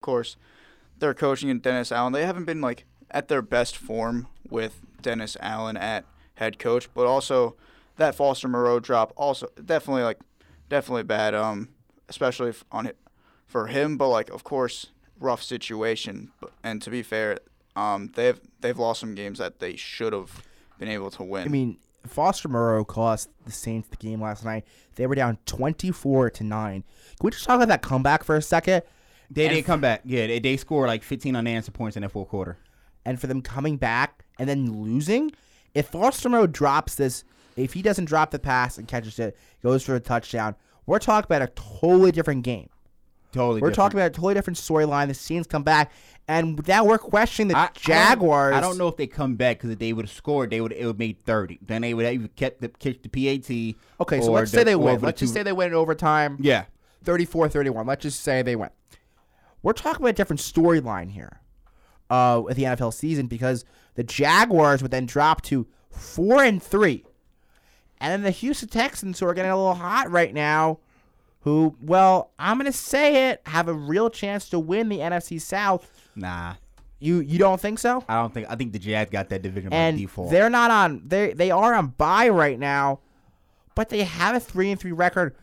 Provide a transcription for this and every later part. course, their coaching and Dennis Allen, they haven't been like at their best form with Dennis Allen at head coach, but also that Foster Moreau drop also definitely like definitely bad um especially if on it for him, but like of course rough situation. But- And to be fair, um they've they've lost some games that they should have been able to win. I mean, Foster Moreau cost the Saints the game last night. They were down 24 to 9. Can we just talk about that comeback for a second? They didn't come back. Yeah, they, they scored like 15 unanswered points in that fourth quarter. And for them coming back and then losing, if Foster Moreau drops this, if he doesn't drop the pass and catches it, goes for a touchdown, we're talking about a totally different game. Totally. We're different. talking about a totally different storyline. The Saints come back, and now we're questioning the I- I don't- Jaguars. I don't, know if they come back because if they would have scored, they would it would made thirty. Then they would have even kept the kicked the PAT. Okay, so or let's the- say they or win. the Let's just two- say they win in overtime. yeah. 34 31. Let's just say they went. We're talking about a different storyline here uh, with the NFL season because the Jaguars would then drop to 4 and 3. And then the Houston Texans, who are getting a little hot right now, who, well, I'm going to say it, have a real chance to win the NFC South. Nah, You you don't think so? I don't think. I think the Jags got that division and by default. they're not on they they are on bye right now, but they have a three and three record.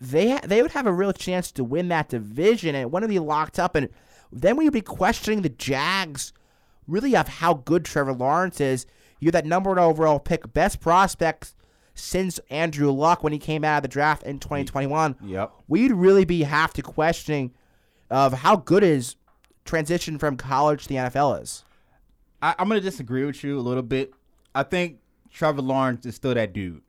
They they would have a real chance to win that division and wouldn't be locked up, and then we'd be questioning the Jags, really of how good Trevor Lawrence is. You're that number one overall pick, best prospects since Andrew Luck when he came out of the draft in 2021. Yep. We'd really be half to questioning of how good is transition from college to the NFL is. I, I'm gonna disagree with you a little bit. I think Trevor Lawrence is still that dude.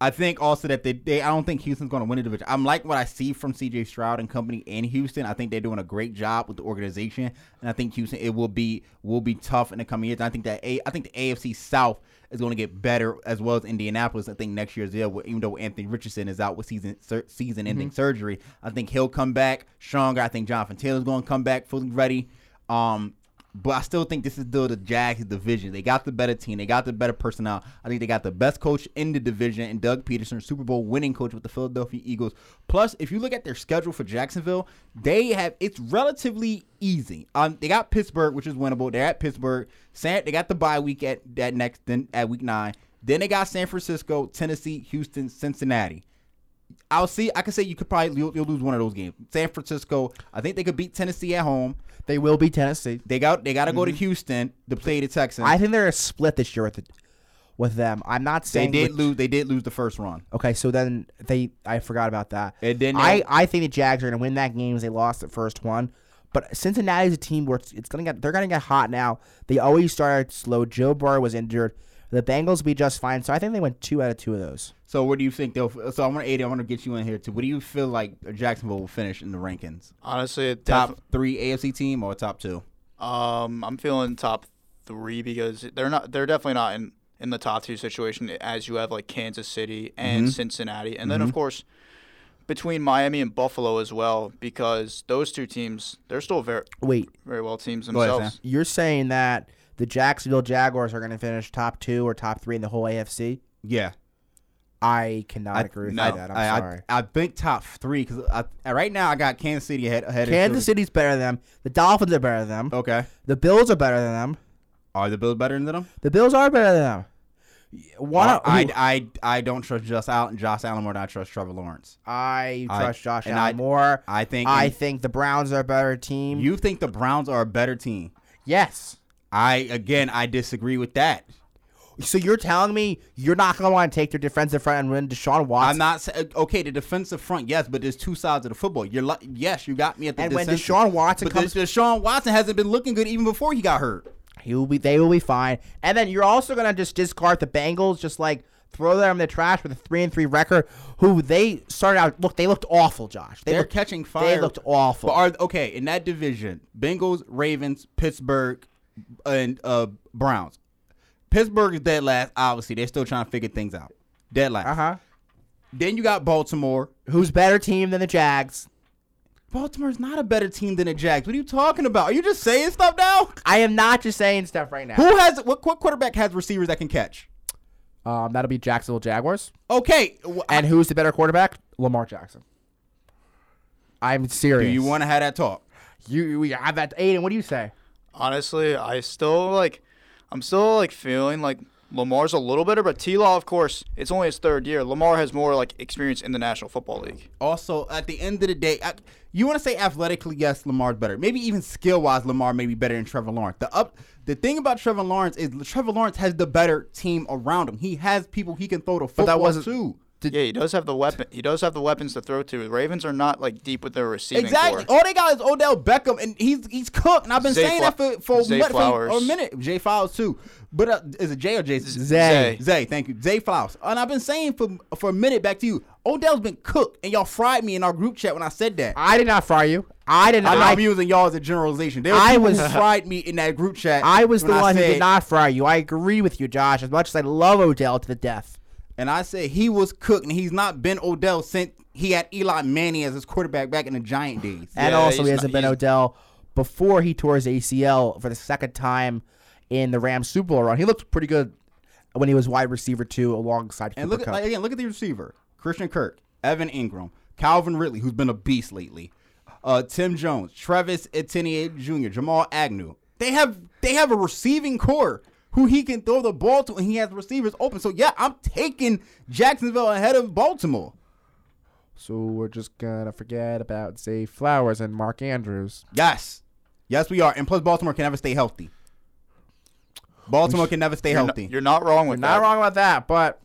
I think also that they, they I don't think Houston's gonna win the division. I'm like what I see from CJ Stroud and company in Houston. I think they're doing a great job with the organization, and I think Houston it will be will be tough in the coming years. I think that a I think the AFC South is going to get better as well as Indianapolis. I think next year's there, with- even though Anthony Richardson is out with season sur- season ending surgery, I think he'll come back stronger. I think Jonathan Taylor's going to come back fully ready. Um, but I still think this is still the Jags division. They got the better team. They got the better personnel. I think they got the best coach in the division and Doug Peterson, Super Bowl winning coach with the Philadelphia Eagles. Plus, if you look at their schedule for Jacksonville, they have it's relatively easy. Um, they got Pittsburgh, which is winnable. They're at Pittsburgh. San, they got the bye week at that next then at week nine. Then they got San Francisco, Tennessee, Houston, Cincinnati. I'll see. I can say you could probably you'll, you'll lose one of those games. San Francisco, I think they could beat Tennessee at home. They will be Tennessee. They got they got to go to Houston to play the Texans. I think they're a split this year with the, with them. I'm not they saying did which- lose. They did lose the first round. Okay, so then they I forgot about that. And then I they'll- I think the Jags are going to win that game as they lost the first one. But Cincinnati is a team where it's, it's going to get they're going to get hot now. They always started slow. Joe Burrow was injured. The Bengals will be just fine. So I think they went two out of two of those. So what do you think they'll? So I want to I want to get you in here too. What do you feel like Jacksonville will finish in the rankings? Honestly, it Top def- three AFC team or top two? Um, I'm feeling top three because they're not. They're definitely not in in the top two situation as you have like Kansas City and Mm-hmm. Cincinnati, and then of course between Miami and Buffalo as well because those two teams they're still very Wait, very well teams ahead, themselves. Sam. you're saying that the Jacksonville Jaguars are going to finish top 2 or top 3 in the whole AFC? Yeah, I cannot agree with no, that. I'm I- I- sorry. I, think top three because right now I got Kansas City ahead. ahead of Kansas Philly. City's better than them. The Dolphins are better than them. Okay. The Bills are better than them. Are the Bills better than them? The Bills are better than them. One, I, I, I, I don't trust Josh Allen, Josh Allen more than I trust Trevor Lawrence. I, I- trust Josh and Allen I- more. I think I think the Browns are a better team. you think the Browns are a better team. yes. I again I disagree with that. So you're telling me you're not going to want to take their defensive front and win Deshaun Watson? I'm not sa- uh, okay. The defensive front, yes, but there's two sides of the football. You're li- yes, you got me at the And when defensive- Deshaun Watson but comes- the, Deshaun Watson hasn't been looking good even before he got hurt. He will be. They will be fine. And then you're also gonna just discard the Bengals, just like throw them in the trash with a three and three record. Who they started out look. They looked awful, Josh. They They're looked, catching fire. They looked awful. But are okay in that division? Bengals, Ravens, Pittsburgh, and uh, Browns. Pittsburgh is dead last. Obviously, they're still trying to figure things out. Dead last. uh huh. Then you got Baltimore. Who's better team than the Jags? Baltimore's not a better team than the Jags. What are you talking about? Are you just saying stuff now? I am not just saying stuff right now. Who has what, what quarterback has receivers that can catch? Um, that'll be Jacksonville Jaguars. Okay, wh- And who's the better quarterback? Lamar Jackson. I'm serious. Do you want to have that talk? You we have that Aiden. What do you say? Honestly, I still like, I'm still like feeling like Lamar's a little better, but T Law, of course, it's only his third year. Lamar has more like experience in the National Football League. Also, at the end of the day, I, you want to say athletically, yes, Lamar's better. Maybe even skill wise, Lamar may be better than Trevor Lawrence. The up, the thing about Trevor Lawrence is Trevor Lawrence has the better team around him. He has people he can throw the football that wasn't- to. yeah, he does have the weapon. He does have the weapons to throw to. The Ravens are not like deep with their receiving Exactly. core. All they got is Odell Beckham, and he's he's cooked. And I've been Zay saying Fla- that for for, Zay what, for a Flowers. minute. Jay Flowers too. But uh, is it Jay or Jay? Zay. Zay. Thank you, Zay Flowers. And I've been saying for for a minute back to you. Odell's been cooked, and y'all fried me in our group chat when I said that. I did not fire you. I did not. I'm not I, using y'all as a generalization. There were I people was- who fried me in that group chat. I was the when one who said- did not fire you. I agree with you, Josh. As much as I love Odell to the death, And I said he was cooked, and he's not been Odell since he had Eli Manning as his quarterback back in the Giant days. and Yeah, also he he's hasn't not- been he's- Odell before he tore his ACL for the second time in the Rams Super Bowl run. He looked pretty good when he was wide receiver too, alongside Cooper And look at Kupp. like, again, look at the receiver: Christian Kirk, Evan Ingram, Calvin Ridley, who's been a beast lately, uh, Tim Jones, Travis Etienne Jr., Jamal Agnew. They have they have a receiving core who he can throw the ball to, and he has receivers open. So yeah, I'm taking Jacksonville ahead of Baltimore. So we're just gonna forget about Zay Flowers and Mark Andrews. Yes, yes, we are. And plus, Baltimore can never stay healthy. Baltimore can never stay You're not, healthy. you're not wrong with Not that. wrong about that, but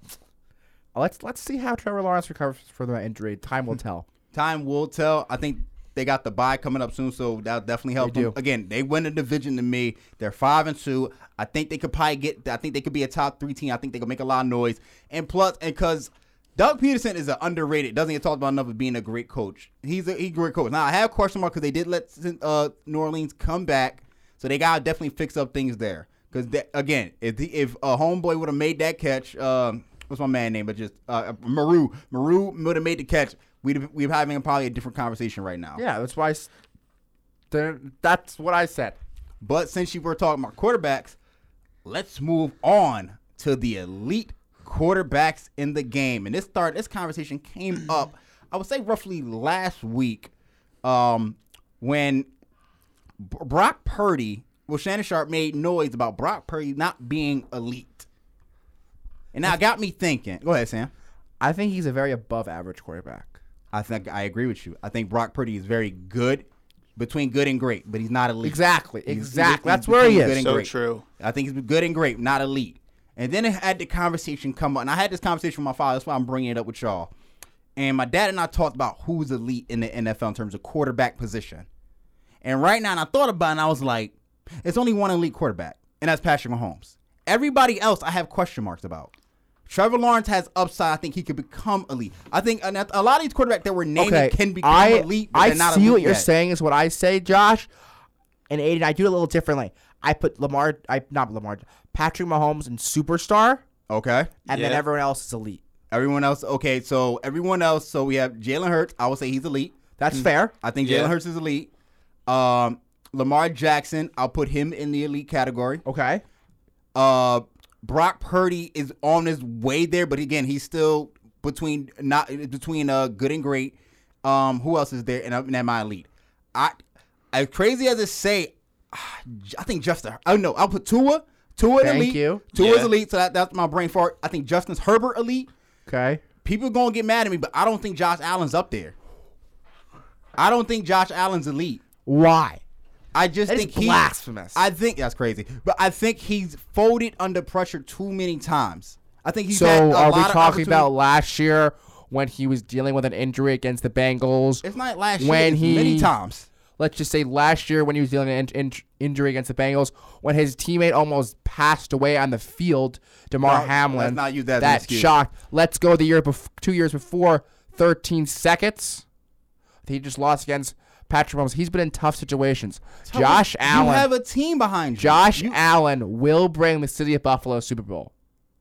let's let's see how Trevor Lawrence recovers from that injury. Time will tell. Time will tell. I think they got the bye coming up soon, so that'll definitely help They them. do. Again, they win the division to me. They're five and two. I think they could probably get. I think they could be a top three team. I think they could make a lot of noise. And plus, and because Doug Peterson is an underrated, doesn't get talked about enough of being a great coach. He's a he's a great coach. Now I have question mark because they did let uh, New Orleans come back, so they gotta definitely fix up things there. Because again, if the, if a homeboy would have made that catch, um, what's my man name? But just uh, Maru, Maru would have made the catch. We'd we're having probably a different conversation right now. Yeah, that's why. I s- there- That's what I said. But since you were talking about quarterbacks, let's move on to the elite quarterbacks in the game. And this start this conversation came up, I would say roughly last week, um, when B- Brock Purdy, well, Shannon Sharp made noise about Brock Purdy not being elite. And that got me thinking. Go ahead, Sam. I think he's a very above average quarterback. I think I agree with you. I think Brock Purdy is very good, between good and great, but he's not elite. Exactly, He's- he's exactly. between- That's where he between good is. and So great. true. I think he's good and great, not elite. And then I had the conversation come up, and I had this conversation with my father. That's why I'm bringing it up with y'all. And my dad and I talked about who's elite in the NFL in terms of quarterback position. And right now, and I thought about it, and I was like, it's only one elite quarterback, and that's Patrick Mahomes. Everybody else, I have question marks about. Trevor Lawrence has upside. I think he could become elite. I think and a lot of these quarterbacks that we're naming can become I, elite, but I they're not see elite what you're yet. saying is what I say, Josh. And Aiden, I do it a little differently. I put Lamar, I not Lamar, Patrick Mahomes and superstar, Okay. and then Yeah. everyone else is elite. Everyone else, okay. So everyone else, so we have Jalen Hurts. I would say he's elite. That's fair. I think Jalen Yeah. Hurts is elite. Um, Lamar Jackson, I'll put him in the elite category. Okay. Uh, Brock Purdy is on his way there, but again, he's still between not between uh good and great. Um, who else is there? And I'm at my elite. I, as crazy as it say, ah, I think Justin. I know I'll put Tua. Tua in Thank elite. you. Tua's Yeah. elite. So that, that's my brain fart. I think Justin's Herbert elite Okay. people gonna get mad at me, but I don't think Josh Allen's up there. I don't think Josh Allen's elite. Why? I just That is think he's blasphemous. I think that's crazy, but I think he's folded under pressure too many times. I think he's So had a are we lot of talking about opportunity- last year when he was dealing with an injury against the Bengals? It's not last when year. It's many he- times. Let's just say last year when he was dealing with an in- in- injury against the Bengals, when his teammate almost passed away on the field, Damar No, Hamlin. let's not use that as an excuse. shocked. Let's go the year bef- two years before, 13 seconds. He just lost against Patrick Mahomes. He's been in tough situations. Josh you Allen. have a team behind you. Josh you, Allen will bring the city of Buffalo Super Bowl.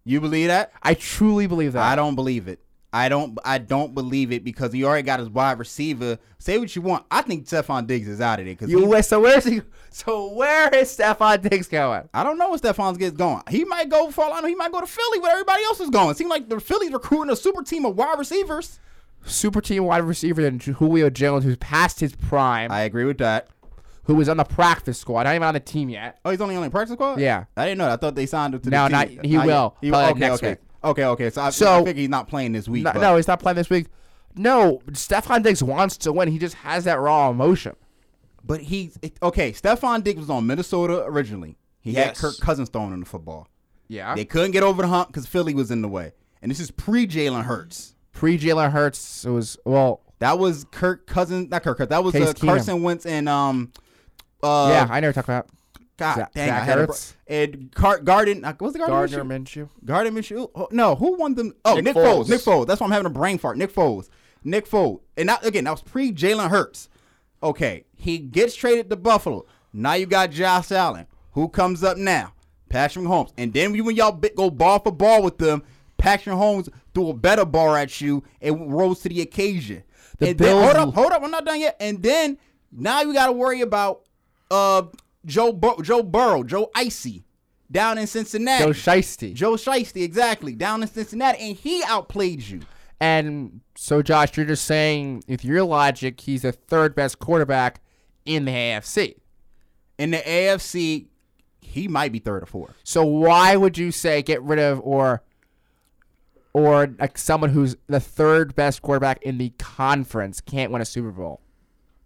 you believe that? I truly believe that. I don't believe it. I don't. I don't believe it because he already got his wide receiver. Say what you want. I think Stephon Diggs is out of there because You wait, so where's he? So where is Stephon Diggs going? I don't know where Stephon gets going. He might go for all I know, He might go to Philly where everybody else is going. It seems like the Phillies recruiting a super team of wide receivers. Super team wide receiver than Julio Jones, who's past his prime. I agree with that. who was on the practice squad, not even on the team yet. Oh, he's only on the practice squad. Yeah. I didn't know. that. I thought they signed him to. No, the not- team. he will. Probably, He will. like, Okay, next okay. week. Okay, okay. So I, So- I figure he's not playing this week. No, but- no, he's not playing this week. No, Stefan Diggs wants to win. He just has that raw emotion. But he's it- okay. Stephon Diggs was on Minnesota originally. He had Yes. Kirk Cousins thrown in the football. Yeah. They couldn't get over the hump because Philly was in the way. And this is pre Jalen Hurts. Pre Jalen Hurts, it was well. That was Kirk Cousins. Not Kirk Cousins. That was Case uh, Keenum. Carson Wentz and um. Uh, yeah, I never talked about God Zach- dang, Zach I had a Ertz. bro- and Car- Garden. uh, What's the Garden? Gardner Minshew? Minshew. Garden Minshew. Oh, no, who won them? Oh, Nick, Nick Foles. Foles. Nick Foles. That's why I'm having a brain fart. Nick Foles. Nick Foles. And now again, that was pre Jalen Hurts. Okay, he gets traded to Buffalo. Now you got Josh Allen. Who comes up now? Patrick Holmes. And then we- when y'all bi- go ball for ball with them, Patrick Holmes threw a better ball at you and rose to the occasion. The and then, Bills- hold up, hold up, I'm not done yet. And then now you got to worry about uh Joe Bur- Joe Burrow, Joe Icy, down in Cincinnati. Joe Shiesty. Joe Shiesty, exactly, down in Cincinnati, and he outplayed you. And so, Josh, you're just saying, with your logic, he's the third best quarterback in the AFC. In the AFC, he might be third or fourth. So why would you say get rid of or or like someone who's the third best quarterback in the conference can't win a Super Bowl?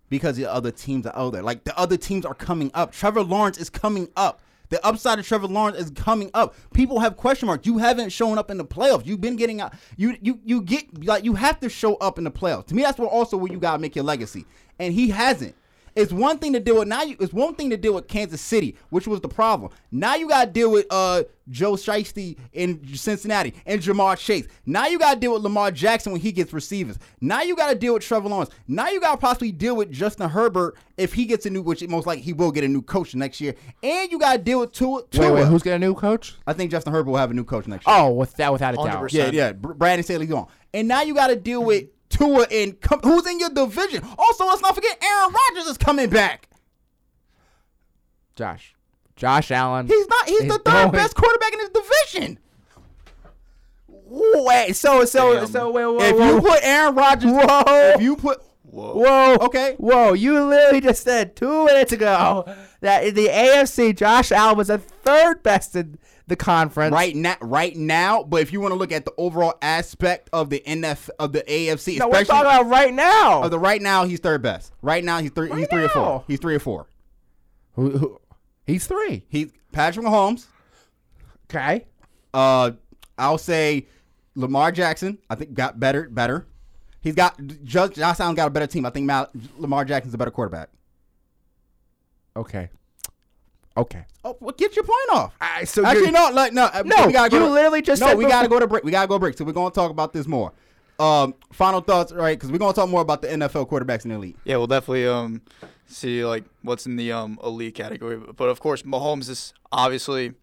because the other teams are out there. Like the other teams are coming up. Trevor Lawrence is coming up. The upside of Trevor Lawrence is coming up. People have question marks. You haven't shown up in the playoffs. You've been getting out. You you you get like you have to show up in the playoffs. To me, that's where also where you gotta make your legacy. And he hasn't. It's one thing to deal with now. You, it's one thing to deal with Kansas City, which was the problem. Now you got to deal with uh, Joe Shiesty in Cincinnati and Jamar Chase. Now you got to deal with Lamar Jackson when he gets receivers. Now you got to deal with Trevor Lawrence. Now you got to possibly deal with Justin Herbert if he gets a new, which it most likely he will get a new coach next year. And you got to deal with Tua. Tua. Wait, wait, who's got a new coach? I think Justin Herbert will have a new coach next year. Oh, with that, without a doubt. 100%. Yeah, yeah. Br- Brandon Staley gone, and now you got to deal with Tua and com- who's in your division. Also, let's not forget Aaron Rodgers is coming back. Josh, Josh Allen. He's not. He's, He's the third going- best quarterback in his division. Wait, so so Damn. so wait, whoa, if whoa, you put Aaron Rodgers, Whoa. if you put Whoa. whoa, Okay. whoa, you literally just said two minutes ago that in the AFC, Josh Allen was the third best in the conference. right now, right now, but if you want to look at the overall aspect of the NF of the AFC, No, we're especially talking about right now. of the right now, he's third best. Right now, he's three. he's Right three or now. four. He's three or four. Who- who- he's three. He's Patrick Mahomes. Okay. Uh, I'll say Lamar Jackson. I think got better, better. He's got Josh Josh Allen got a better team. I think Mal, Lamar Jackson's a better quarterback. Okay. Okay. Oh, well, get your point off. I so Actually, no, like no, uh, No, We gotta go you to- literally just no. said we before- gotta go to break. We gotta go break. So we're gonna talk about this more. Um, final thoughts, right? Because we're gonna talk more about the NFL quarterbacks in the league. Yeah, we'll definitely um see like what's in the um elite category. But of course, Mahomes is obviously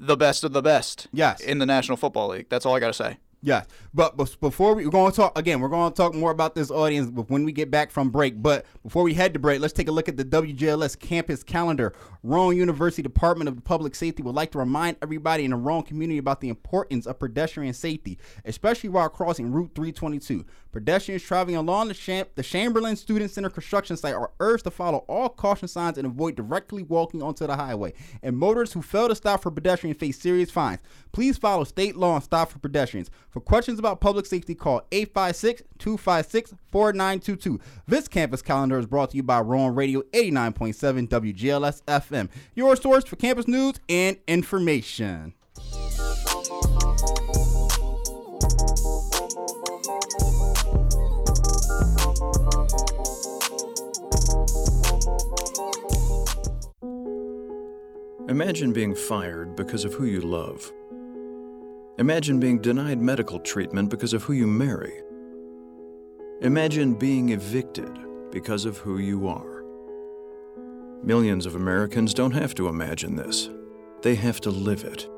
the best of the best. Yes. In the National Football League. That's all I gotta say. Yes, but, but before we, we're gonna talk again, we're gonna talk more about this audience when we get back from break. But before we head to break, let's take a look at the WJLS campus calendar. Roan University Department of Public Safety would like to remind everybody in the Roan community about the importance of pedestrian safety, especially while crossing Route 322. Pedestrians traveling along the, Cham- the Chamberlain Student Center construction site are urged to follow all caution signs and avoid directly walking onto the highway. And motorists who fail to stop for pedestrians face serious fines. Please follow state law and stop for pedestrians. For questions about public safety, call 856 256 4922. This campus calendar is brought to you by Rowan Radio 89.7 WGLS FM, your source for campus news and information. Imagine being fired because of who you love. Imagine being denied medical treatment because of who you marry. Imagine being evicted because of who you are. Millions of Americans don't have to imagine this, they have to live it.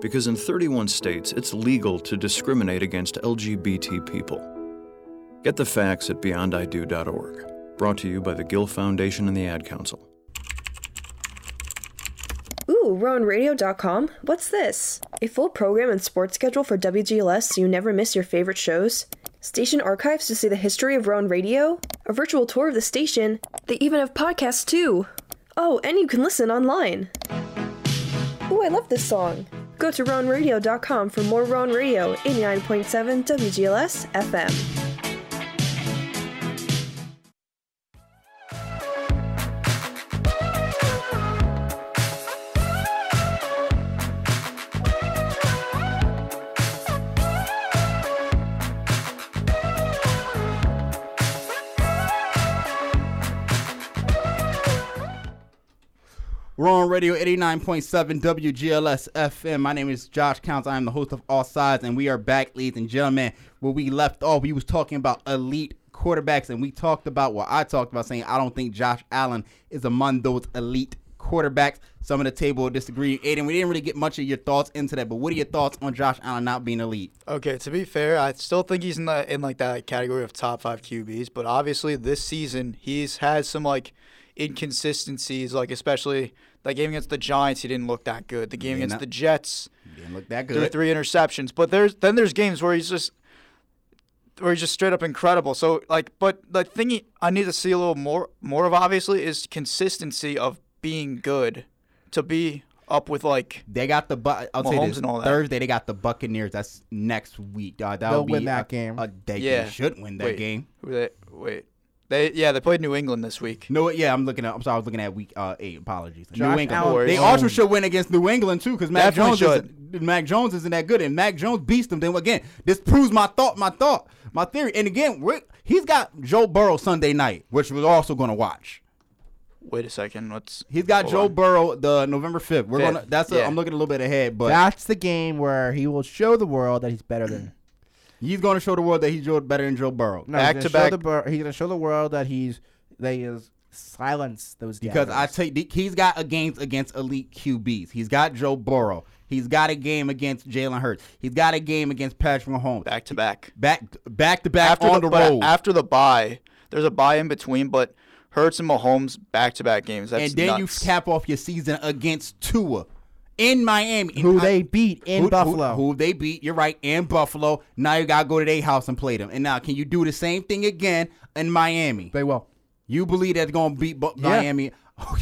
Because in 31 states, it's legal to discriminate against LGBT people. Get the facts at beyondido.org. Brought to you by the Gill Foundation and the Ad Council. Ooh, RowanRadio.com? What's this? A full program and sports schedule for WGLS so you never miss your favorite shows? station archives to see the history of Roan Radio, a virtual tour of the station. They even have podcasts too. Oh, and you can listen online. Ooh, I love this song. Go to roanradio.com for more Roan Radio 89.7 WGLS FM. We're on Radio 89.7 WGLS FM. My name is Josh Counts. I am the host of All Sides, and we are back, ladies and gentlemen. Where we left off, we was talking about elite quarterbacks, and we talked about what I talked about, saying I don't think Josh Allen is among those elite quarterbacks. Some of the table disagree. Aiden, we didn't really get much of your thoughts into that, but what are your thoughts on Josh Allen not being elite? Okay, to be fair, I still think he's in the in like that category of top five QBs, but obviously this season he's had some like inconsistencies, like especially that game against the Giants, he didn't look that good. The game Yeah, against no- the Jets, Didn't look that threw good. three interceptions. But there's then there's games where he's just where he's just straight up incredible. So like, but the thing he- I need to see a little more more of obviously is consistency of being good to be up with like They got the bu- I'll say Mahomes this, and all that. Thursday they got the Buccaneers. That's next week. dawg. that They'll would be win that a- game. A day Yeah. they should win that wait, game. Who they wait? They yeah they played New England this week. No, yeah, I'm looking at. I'm sorry, I was looking at week uh, eight. Apologies. Josh New England. Allen They owned- also should win against New England too, because Mac Definitely Jones isn't, Mac Jones isn't that good, and Mac Jones beats them. Then again, this proves my thought, my thought, my theory. And again, we're, he's got Joe Burrow Sunday night, which we're also going to watch. Wait a second, what's He's got hold Joe on. Burrow the November fifth. We're Fifth, gonna. That's. A, yeah. I'm looking a little bit ahead, but That's the game where he will show the world that he's better than. he's going to show the world that he's Joe- better than Joe Burrow. No, he's Back gonna to show back- the bur- he's gonna show the world that he's that he has silenced those. Because I doubters. take the- he's got a game against elite QBs. He's got Joe Burrow. He's got a game against Jalen Hurts. He's got a game against Patrick Mahomes. back to back? back back to back after on the, but road. after the bye, there's a bye in between, but Hurts and Mahomes back to back games. That's and then nuts. you cap off your season against Tua in Miami. And who I- they beat in who- who- Buffalo. Who, they beat. You're right. In Buffalo. Now you gotta go to their house and play them. And now can you do the same thing again in Miami? they will. You believe that's gonna beat Bu- Yeah. Miami?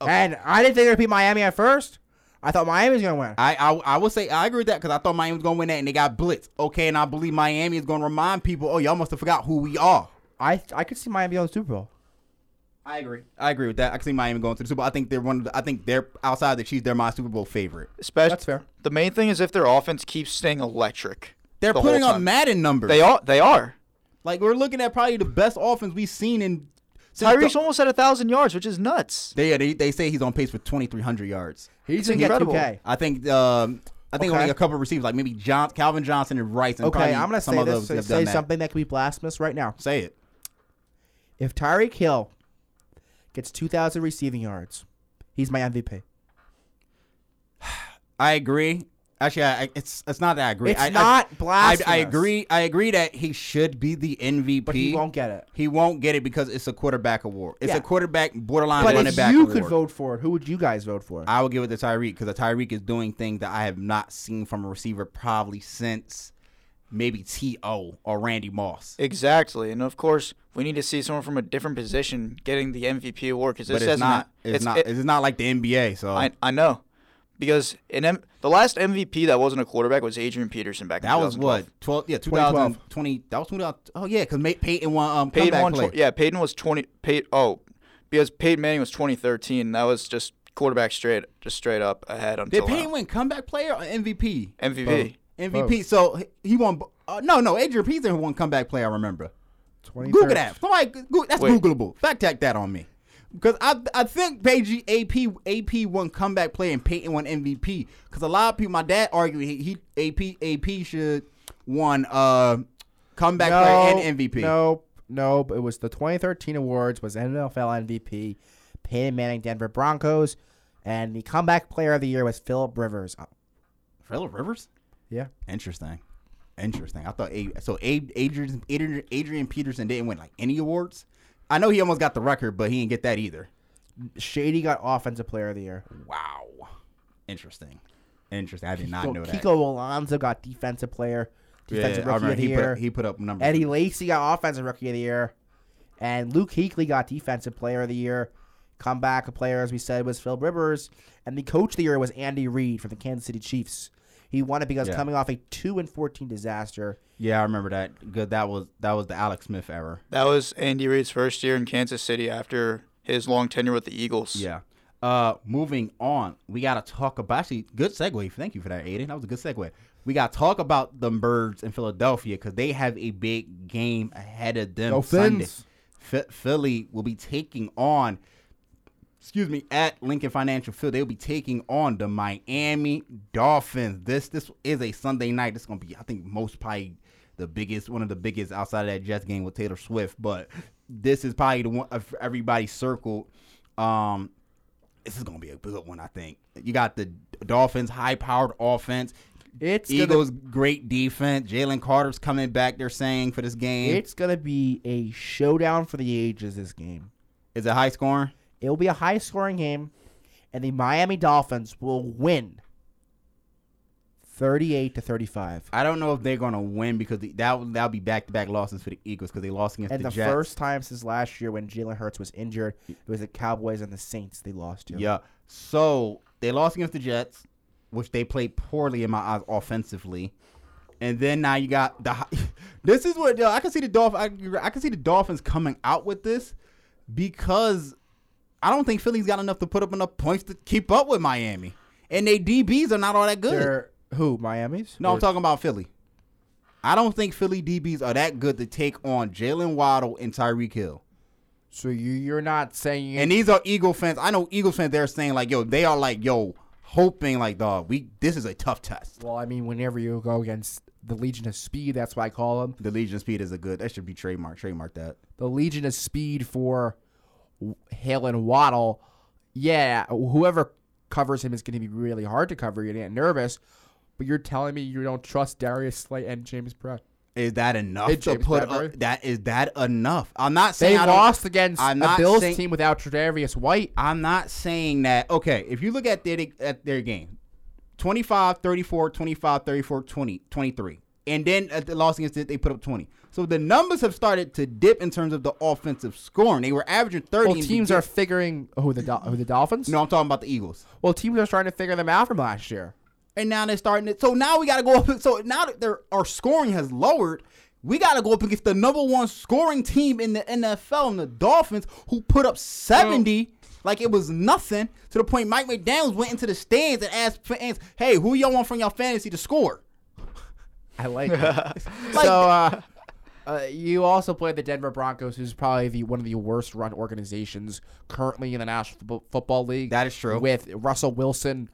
Oh. And I didn't think they'd be Miami at first. I thought Miami was gonna win. I, I I would say I agree with that because I thought Miami was gonna win that and they got blitzed. Okay, and I believe Miami is gonna remind people, oh y'all must have forgot who we are. I I could see Miami on the Super Bowl. I agree. I agree with that. I can see Miami going to the Super Bowl. I think they're one of the, I think they're outside of the Chiefs, they're my Super Bowl favorite. Especially, That's fair. The main thing is if their offense keeps staying electric. They're the whole putting up time. Madden numbers. They are. They are. Like we're looking at probably the best offense we've seen in since Tyreek's the- almost at a thousand yards, which is nuts. they, they they say he's on pace for 2300 yards. He's gonna get incredible. 2K. I think um I think Okay. only a couple of receivers like maybe John Calvin Johnson and Rice and Okay, probably I'm gonna some say this. others Say, have done that. something that could be blasphemous right now. Say it. If Tyreek Hill gets 2,000 receiving yards, he's my MVP. I agree. Actually, I, I- it's it's not that I agree. It's I, I- not I, I blasphemous. agree. I agree that he should be the MVP. But he won't get it. He won't get it because it's a quarterback award. It's Yeah. a quarterback borderline But running if back you award. could vote for it, who would you guys vote for? I would give it to Tyreek because Tyreek is doing things that I have not seen from a receiver probably since maybe T.O. or Randy Moss. Exactly, and of course we need to see someone from a different position getting the MVP award because but this it's has not. It's, not. it- it's not like the NBA. So I, I know, because in M- the last MVP that wasn't a quarterback was Adrian Peterson back. that in was 2012. what twelve. Yeah, 2012. 2020. That was 2000. Oh yeah, because Peyton won. Um, Peyton comeback won. play. tw- yeah, Peyton was twenty. Pey- oh, because Peyton Manning was twenty thirteen. That was just quarterback straight, just straight up ahead Did until uh, Payne now. win comeback player or MVP? MVP. MVP. So he- he won. bo- Uh, no, no, Adrian Peterson who won comeback player. I remember. 23rd. Google that. Somebody, Google, that's Wait. Googleable. Fact check that on me. Because I, I think Pagey AP AP won comeback player and Peyton won MVP. Because a lot of people, my dad argued he, he AP AP should won uh comeback player and MVP. Nope. Nope. It was the 2013 awards was NFL MVP, Peyton Manning, Denver Broncos, and the comeback player of the year was Philip Rivers. Uh, Phillip Rivers. Yeah. Interesting. Interesting. I thought a, so. A, Adrian, Adrian Adrian Peterson didn't win like any awards. I know he almost got the record, but he didn't get that either. Shady got offensive player of the year. Wow. Interesting. Interesting. I did not So know that. Kiko Alonso got defensive player. defensive I rookie of remember the he put, year. up, he put up numbers. Eddie Lacy got offensive rookie of the year, and Luke Heakley got defensive player of the year. Comeback player, as we said, was Phil Rivers, and the coach of the year was Andy Reid from the Kansas City Chiefs. He won it because Yeah. coming off a two and fourteen disaster, Yeah, I remember that. Good. That was that was the Alex Smith era. That was Andy Reid's first year in Kansas City after his long tenure with the Eagles. Yeah. Uh, moving on, we gotta talk about. Actually, good segue. Thank you for that, Aiden. That was a good segue. We gotta talk about the birds in Philadelphia because they have a big game ahead of them. Go Sunday. Fins. Phi- Philly will be taking on. Excuse me, at Lincoln Financial Field, they'll be taking on the Miami Dolphins. This this is a Sunday night. This is gonna be, I think, most probably the biggest, one of the biggest outside of that Jets game with Taylor Swift. But this is probably the one of everybody circled. Um, this is gonna be a good one, I think. You got the Dolphins' high-powered offense. it's Eagles' great defense. Jalen Carter's coming back. They're saying for this Gonna, game, it's gonna be a showdown for the ages. This game, is it high scoring? it will be a high scoring game, and the Miami Dolphins will win, thirty eight to thirty five, I don't know if they're gonna win because the- that would- that'll be back-to-back losses for the Eagles because they lost against and the, the Jets. first time since last year when Jalen Hurts was injured, it was the Cowboys and the Saints they lost to. Yeah. So they lost against the Jets, which they played poorly in my eyes offensively. And then now you got the. hi- This is what yo, I can see the Dolphins. I, I can see the Dolphins coming out with this because I don't think Philly's got enough to put up enough points to keep up with Miami, and they DBs are not all that good. They're who? Miami's? No, I'm talking about Philly. I don't think Philly DBs are that good to take on Jalen Waddle and Tyreek Hill. So you you're not saying And these are Eagle fans. I know Eagle fans. They're saying like, yo, they are like, yo, hoping like, dog, we this is a tough test. Well, I mean, whenever you go against the Legion of Speed, that's why I call them The Legion Speed is a good. That should be trademark. Trademark that. the Legion of Speed for W- Hale and Waddle. Yeah, whoever covers him is going to be really hard to cover. You're getting nervous, but you're telling me you don't trust Darius Slay and James Brett. Is that enough Hey, to James put Bradbury. up? That is that enough? I'm not They saying I don't- lost against I'm a not Bills saying- team without Tre'Davious White. I'm not saying that. Okay, if you look at their at their game, 25, 34, 25, 34, 20, 23. And then at the loss against it, they put up 20. So the numbers have started to dip in terms of the offensive scoring. They were averaging 30. Well, in the teams beginning. are figuring who the Dol- who the Dolphins. No, I'm talking about the Eagles. Well, teams are starting to figure them out from last year. and now they're starting to. So now we got to go up. So now that their our scoring has lowered, we got to go up against the number one scoring team in the NFL, and the Dolphins, who put up seventy like it was nothing. To the point, Mike McDaniel's went into the stands and asked fans, "Hey, who y'all want from y'all fantasy to score?" I like that. Like- so, uh, uh, you also played the Denver Broncos, who's probably the one of the worst run organizations currently in the National Fo- Football League. That is true. With Russell Wilson,